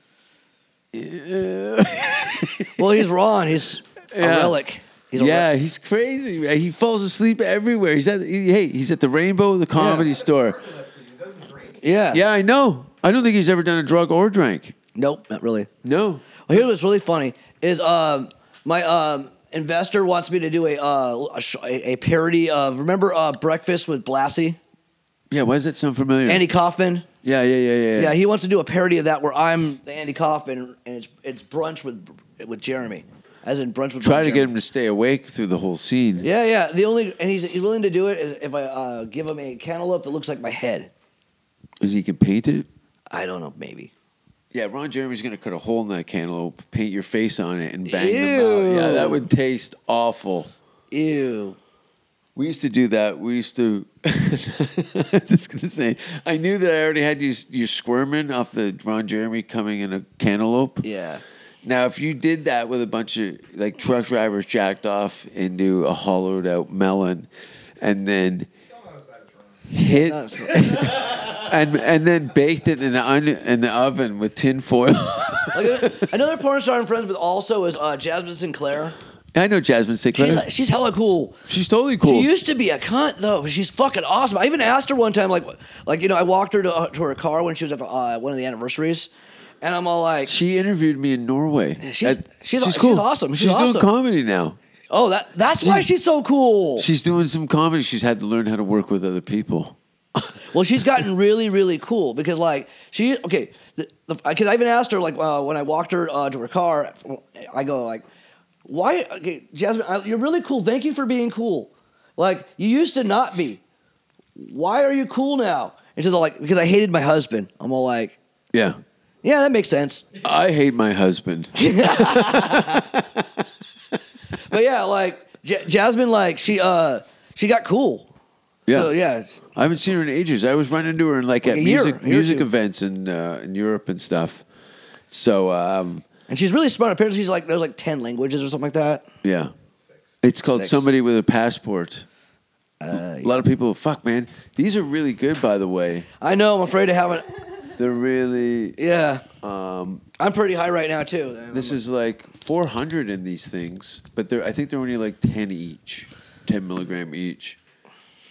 S6: Well, he's Ron. He's
S5: Yeah.
S6: a relic. He's a
S5: yeah,
S6: relic.
S5: he's crazy. man. He falls asleep everywhere. He's at he- hey, he's at the Rainbow, the comedy store.
S7: Epilepsy. It doesn't drink.
S6: Yeah.
S5: Yeah, I know. I don't think he's ever done a drug or drank.
S6: Nope, not really.
S5: No.
S6: Well, here's what's really funny is um, my um, investor wants me to do a, uh, a, sh- a a parody of remember uh, Breakfast with Blassie,
S5: Yeah, why does that sound familiar?
S6: Andy Kaufman.
S5: Yeah, yeah, yeah, yeah.
S6: Yeah, he wants to do a parody of that where I'm the Andy Kaufman and it's it's brunch with with Jeremy, as in brunch with
S5: Try
S6: Ron
S5: to
S6: Jeremy.
S5: get him to stay awake through the whole scene.
S6: Yeah, yeah. The only and he's, he's willing to do it is if I uh, give him a cantaloupe that looks like my head.
S5: Is he can paint it?
S6: I don't know, maybe.
S5: Yeah, Ron Jeremy's gonna cut a hole in that cantaloupe, paint your face on it, and bang them out.
S6: Ew.
S5: Yeah, that would taste awful.
S6: Ew.
S5: We used to do that. We used to. [LAUGHS] I was just gonna say, I knew that I already had you you squirming off the Ron Jeremy coming in a cantaloupe.
S6: Yeah.
S5: Now, if you did that with a bunch of like truck drivers jacked off into a hollowed out melon, and then hit
S6: Not Uh, so- [LAUGHS]
S5: and and then baked it in the onion, in the oven with tin foil.
S6: Like, another porn star I'm friends with also is uh, Jasmine Sinclair.
S5: [LAUGHS] I know Jasmine
S6: She's,
S5: Sinclair.
S6: like- she's hella cool.
S5: She's totally cool.
S6: She used to be a cunt though, but she's fucking awesome. I even asked her one time, like, like you know, I walked her to, uh, to her car when she was at uh, one of the anniversaries, and I'm all like,
S5: She interviewed me in Norway.
S6: she's- she's- she's awesome. She's awesome.
S5: doing comedy now.
S6: oh, that that's why she's so cool.
S5: She's doing some comedy. She's had to learn how to work with other people.
S6: Well, she's gotten really, really cool because, like, she okay. Because I even asked her, like, uh, when I walked her uh, to her car, I go like, "Why, okay, Jasmine? I, you're really cool. Thank you for being cool. Like, you used to not be. Why are you cool now?" And she's all like, "Because I hated my husband." I'm all like,
S5: Yeah.
S6: "Yeah, that makes sense."
S5: I hate
S6: [LAUGHS]
S5: my husband.
S6: But yeah, like J- Jasmine, like she uh she got cool.
S5: Yeah.
S6: So yeah,
S5: I haven't seen her in ages. I was running into her in like,
S6: Like
S5: at
S6: a year,
S5: music
S6: a year or
S5: music
S6: two.
S5: events in uh, in Europe and stuff. So um,
S6: and she's really smart. Apparently, she's like knows like ten languages or something like that.
S5: yeah, it's called
S6: Six.
S5: somebody with a passport.
S6: Uh,
S5: a lot of people, fuck man, these are really good. By the way,
S6: I know. I'm afraid I haven't.
S5: they're really.
S6: Yeah.
S5: Um,
S6: I'm pretty high right now too. and
S5: this
S6: I'm-
S5: is like 400 in these things, but they're I think they're only like 10 each, 10 milligram each,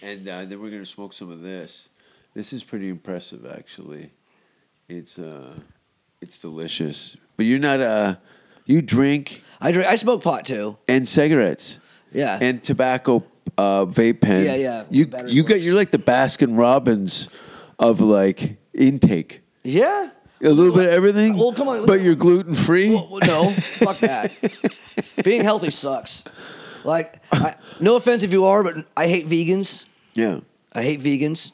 S5: and uh, then we're gonna smoke some of this. This is pretty impressive, actually. It's uh, it's delicious. But you're not uh, you drink
S6: I drink. I smoke pot too.
S5: and cigarettes
S6: Yeah.
S5: and tobacco uh, vape pen.
S6: Yeah, yeah,
S5: You
S6: better
S5: you got
S6: works.
S5: you're like the Baskin Robbins of like intake.
S6: yeah.
S5: A little bit of everything,
S6: Well, come on, let's-
S5: but you're gluten free.
S6: Well, well, no, fuck that. [LAUGHS] Being healthy sucks. Like, I, no offense if you are, but I hate vegans.
S5: [LAUGHS] yeah.
S6: I hate vegans.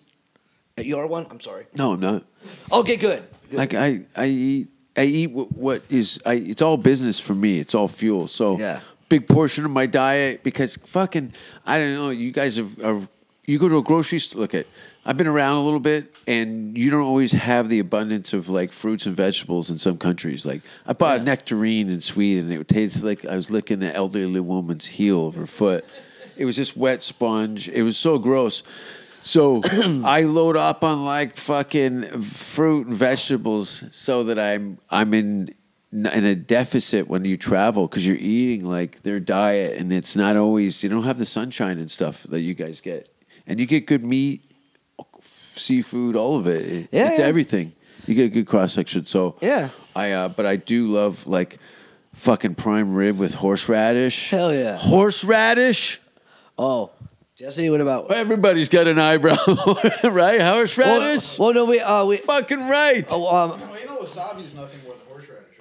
S6: You are one. I'm sorry.
S5: No, I'm not.
S6: Okay, good. good.
S5: Like I, I eat, I eat what, what is. I it's all business for me. It's all fuel. So
S6: Yeah.
S5: big portion of my diet because fucking I don't know. You guys have, are you go to a grocery store. Look at. I've been around a little bit, and you don't always have the abundance of like fruits and vegetables in some countries. Like I bought a nectarine in Sweden. It tastes like I was licking an elderly woman's heel of her foot. It was just wet sponge. It was so gross. So I load up on like fucking fruit and vegetables so that I'm I'm in in a deficit when you travel because you're eating like their diet and it's not always you don't have the sunshine and stuff that you guys get and you get good meat, seafood, all of it. It-
S6: Yeah,
S5: it's
S6: yeah.
S5: everything. You get a good cross section. So
S6: Yeah.
S5: I uh, but I do love like fucking prime rib with horseradish.
S6: Hell yeah.
S5: horseradish.
S6: Oh, Jesse, what about?
S5: Everybody's got an eyebrow, [LAUGHS] right?
S6: Well,
S5: Horseradish.
S6: well, no, we uh, we.
S5: Fucking right.
S6: Oh, um,
S7: Well, you know wasabi's nothing more than horseradish,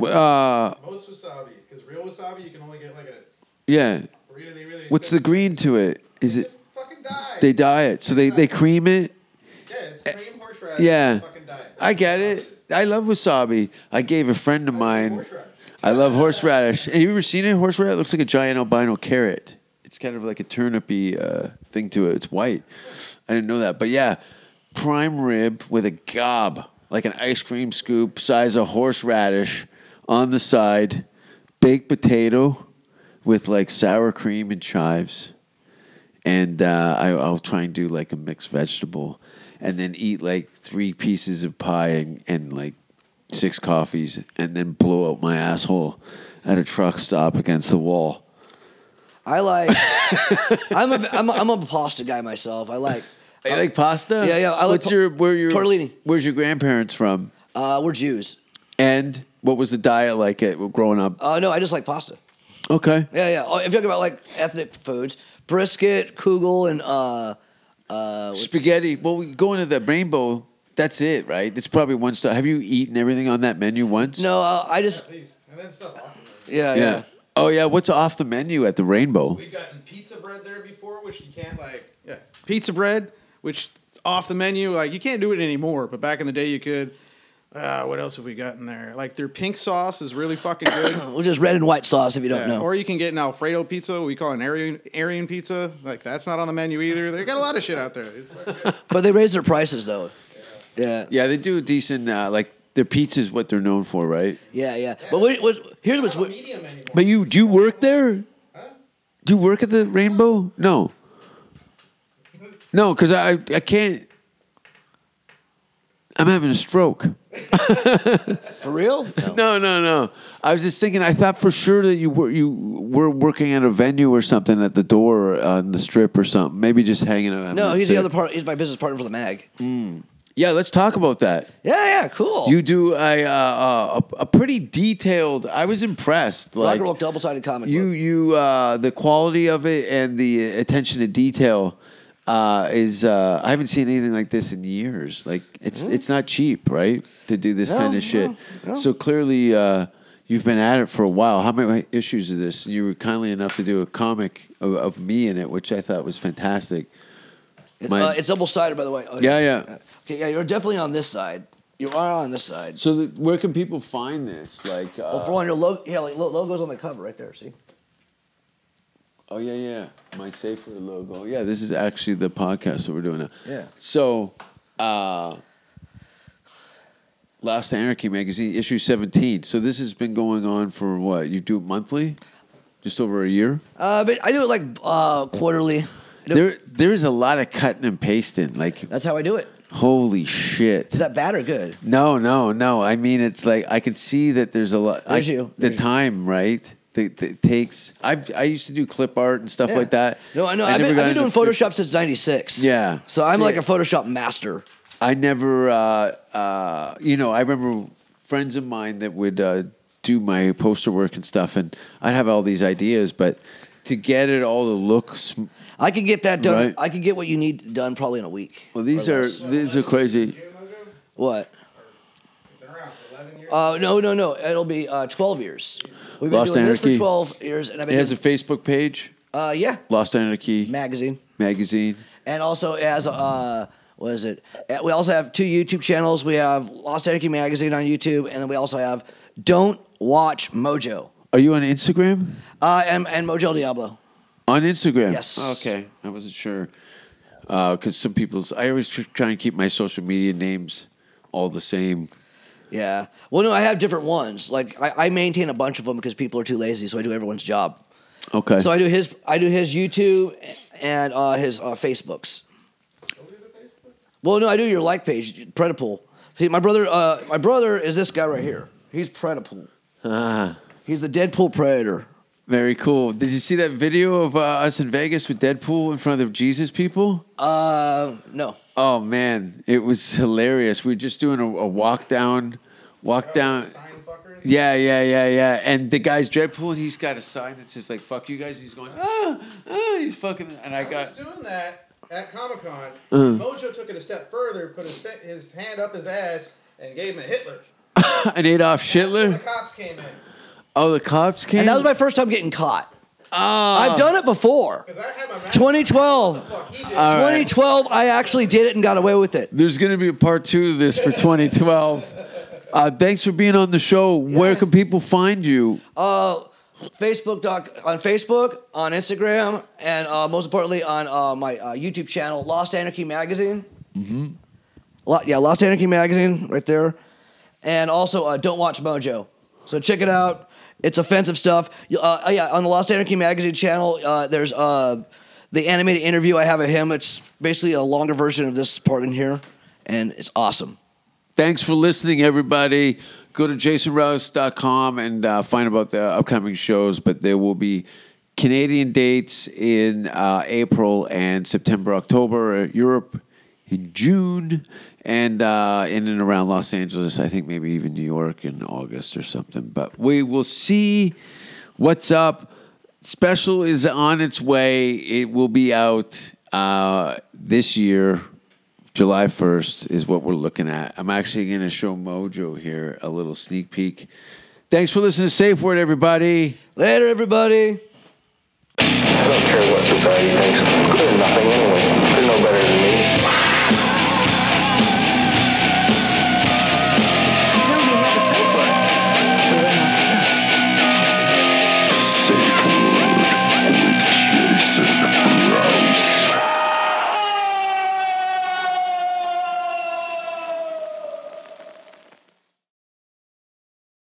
S7: right?
S5: Uh,
S7: Most wasabi, because real wasabi you can only get like at a
S5: yeah.
S7: really, really.
S5: What's the
S7: expensive-
S5: green to it? Is it
S7: Just fucking die.
S5: they dye it? So they they cream it.
S7: yeah, it's cream horseradish.
S5: Yeah.
S7: Fucking die.
S5: I get it. I love wasabi. I gave a friend of mine. I love horseradish. Have you ever seen it? Horseradish It looks like a giant albino carrot. It's kind of like a turnipy uh, thing to it. It's white. I didn't know that, but yeah, prime rib with a gob, like an ice cream scoop size of horseradish on the side, baked potato with like sour cream and chives and uh, I, I'll try and do like a mixed vegetable, and then eat like three pieces of pie and, and like six coffees, and then blow out my asshole at a truck stop against the wall.
S6: I like. [LAUGHS] I'm a I'm a, I'm a pasta guy myself. I like.
S5: Oh,
S6: uh,
S5: You like pasta?
S6: Yeah, yeah, I like
S5: What's
S6: pa-
S5: your where your
S6: tortellini.
S5: Where's your grandparents from?
S6: Uh, we're Jews.
S5: And what was the diet like at growing up?
S6: Uh, no, I just like pasta.
S5: Okay.
S6: Yeah, yeah. Oh, if you're talking about like ethnic foods, brisket, kugel, and uh,
S5: Spaghetti. Well, we go into the rainbow. That's it, right? It's probably one stop. Have you eaten everything on that menu once?
S6: no, uh, I just
S7: At least, and then stuff off. of it.
S6: yeah, yeah.
S5: Yeah. Oh yeah. What's off the menu at the Rainbow?
S7: We've gotten pizza bread there before, which you can't like. Yeah, pizza bread, which is off the menu. Like you can't do it anymore, but back in the day you could. uh, what else have we got in there? Like their pink sauce is really fucking good.
S6: Which is red and white sauce if you don't
S7: Yeah,
S6: know.
S7: Or you can get an Alfredo pizza. We call it an Aryan, Aryan pizza. Like that's not on the menu either. They got a lot of shit out there. It's fucking good.
S6: but they raised their prices though. Yeah.
S5: Yeah, they do a decent. Uh, like their pizza's what they're known for, right?
S6: Yeah, yeah. But what, what, here's what's
S7: It's not
S6: what,
S7: medium anymore.
S5: But you do you work there? Do you work at the Rainbow? No. No, because I I can't. I'm having a stroke.
S6: for real?
S5: [LAUGHS]
S6: No.
S5: No, no, no. I was just thinking. I thought for sure that you were you were working at a venue or something at the door or on the strip or something. Maybe just hanging out.
S6: No, he's the other part. He's my business partner for the mag.
S5: Yeah, let's talk about that.
S6: Yeah, yeah, cool.
S5: You do a uh, uh, a, a pretty detailed. I was impressed.
S6: rock
S5: Like
S6: and roll double sided comic.
S5: you
S6: book.
S5: you uh, the quality of it and the attention to detail uh, is. Uh, I haven't seen anything like this in years. Like it's it's not cheap, right? To do this
S6: No,
S5: kind of shit.
S6: no, no.
S5: So clearly. Uh, You've been at it for a while. How many issues of this? You were kindly enough to do a comic of, of me in it, which I thought was fantastic. my-
S6: uh, it's double sided, by the way. Oh,
S5: Yeah, yeah.
S6: Okay, yeah, you're definitely on this side. You are on this side.
S5: So, the, where can people find this? Like, uh,
S6: Well, for one, your logo, yeah, like, lo- logo's on the cover right there. See,
S5: Oh yeah, yeah. My safer logo. Yeah, this is actually the podcast that we're doing now.
S6: Yeah.
S5: So, uh, Last Anarchy magazine issue seventeen. So this has been going on for what? You do it monthly, just over a year.
S6: uh, but I do it like uh, quarterly. I do-
S5: There, there is a lot of cutting and pasting. Like,
S6: that's how I do it.
S5: holy shit.
S6: Is that bad or good?
S5: No, no, no. I mean, it's like I can see that there's a lot.
S6: There's
S5: I,
S6: you.
S5: The
S6: There's you.
S5: time, right? That that takes. I I used to do clip art and stuff
S6: Yeah.
S5: like that.
S6: No, I know. I have
S5: never
S6: been,
S5: got
S6: I've been doing
S5: into fic-
S6: Photoshop since '96.
S5: Yeah.
S6: So I'm
S5: See,
S6: like a Photoshop master.
S5: I never, uh, uh, you know, I remember friends of mine that would uh, do my poster work and stuff, and I'd have all these ideas, but to get it all to look, sm-
S6: I can get that done.
S5: Right.
S6: I can get what you need done probably in a week.
S5: well, these
S6: or
S5: are
S6: less.
S5: these are crazy.
S7: Jay Logo,
S6: what?
S7: Been around for 11 years.
S6: Uh, no, no, no. It'll be uh, 12 years. We've been
S5: Lost
S6: doing this
S5: Anarchy.
S6: for 12 years, and I've
S5: It
S6: been
S5: has a
S6: doing,
S5: Facebook page,
S6: uh, yeah,
S5: Lost Anarchy
S6: magazine,
S5: magazine.
S6: and also it has uh, what is it? Uh, We also have two YouTube channels. We have Lost Anarchy magazine on YouTube, and then we also have Don't Watch Mojo
S5: Are you on Instagram?
S6: uh, and, and Mojo Diablo.
S5: On Instagram.
S6: Yes.
S5: Okay, I wasn't sure because some people's. I always tr- try and keep my social media names all the same.
S6: Yeah. Well, no, I have different ones. Like I, I maintain a bunch of them because people are too lazy, so I do everyone's job.
S5: Okay.
S6: So I do his, I do his YouTube and uh, his uh, Facebooks. Well, no, I do your like page, Predapole. See, my brother, uh, my brother is this guy right here. He's Predapole.
S5: ah.
S6: He's the Deadpool Predator.
S5: Very cool. Did you see that video of uh, us in Vegas with Deadpool in front of Jesus people?
S6: Uh, no.
S5: Oh man, it was hilarious. We were just doing a, a walk down, walk down.
S7: Sign fuckers.
S5: Yeah, yeah, yeah, yeah. And the guy's Deadpool, and he's got a sign that says like "fuck you guys." He's going, ah, ah, he's fucking. And I
S7: I was
S5: got [LAUGHS] Mm.
S7: doing that at Comic Con. Mojo took it a step further, put his, fa- his hand up his ass, and gave him a Hitler.
S5: an Adolf
S7: That's when The
S5: Hitler.
S7: cops came in
S5: Oh, the cops came.
S6: And that was my first time getting caught.
S5: Ah.
S6: I've done it before.
S7: because I had my mask.
S6: 2012.
S7: Fuck, he did.
S6: 2012, I actually did it and got away with it.
S5: There's going to be a part two of this for 2012. Uh, thanks for being on the show. Where can people find you?
S6: Uh, Facebook doc on Facebook, on Instagram, and uh, most importantly on uh, my uh, YouTube channel, Lost Anarchy Magazine. Mm-hmm. yeah, Lost Anarchy Magazine, right there, and also uh, Don't Watch Mojo. So check it out. It's offensive stuff. You- Uh, oh, yeah, on the Lost Anarchy Magazine channel, uh, there's uh, the animated interview I have of him. It's basically a longer version of this part in here, and it's awesome.
S5: Thanks for listening, everybody. Go to jasonrouse.com and uh, find about the upcoming shows, but there will be Canadian dates in uh, April and September, October, uh, Europe in June, and uh, in and around Los Angeles, I think maybe even New York in August or something. But we will see what's up. Special is on its way, it will be out uh, this year. July 1st is what we're looking at. I'm actually going to show Mojo here a little sneak peek. Thanks for listening to Safe Word, everybody.
S6: Later, everybody.
S2: I don't care what society thinks. They're nothing anyway. They're no better than me.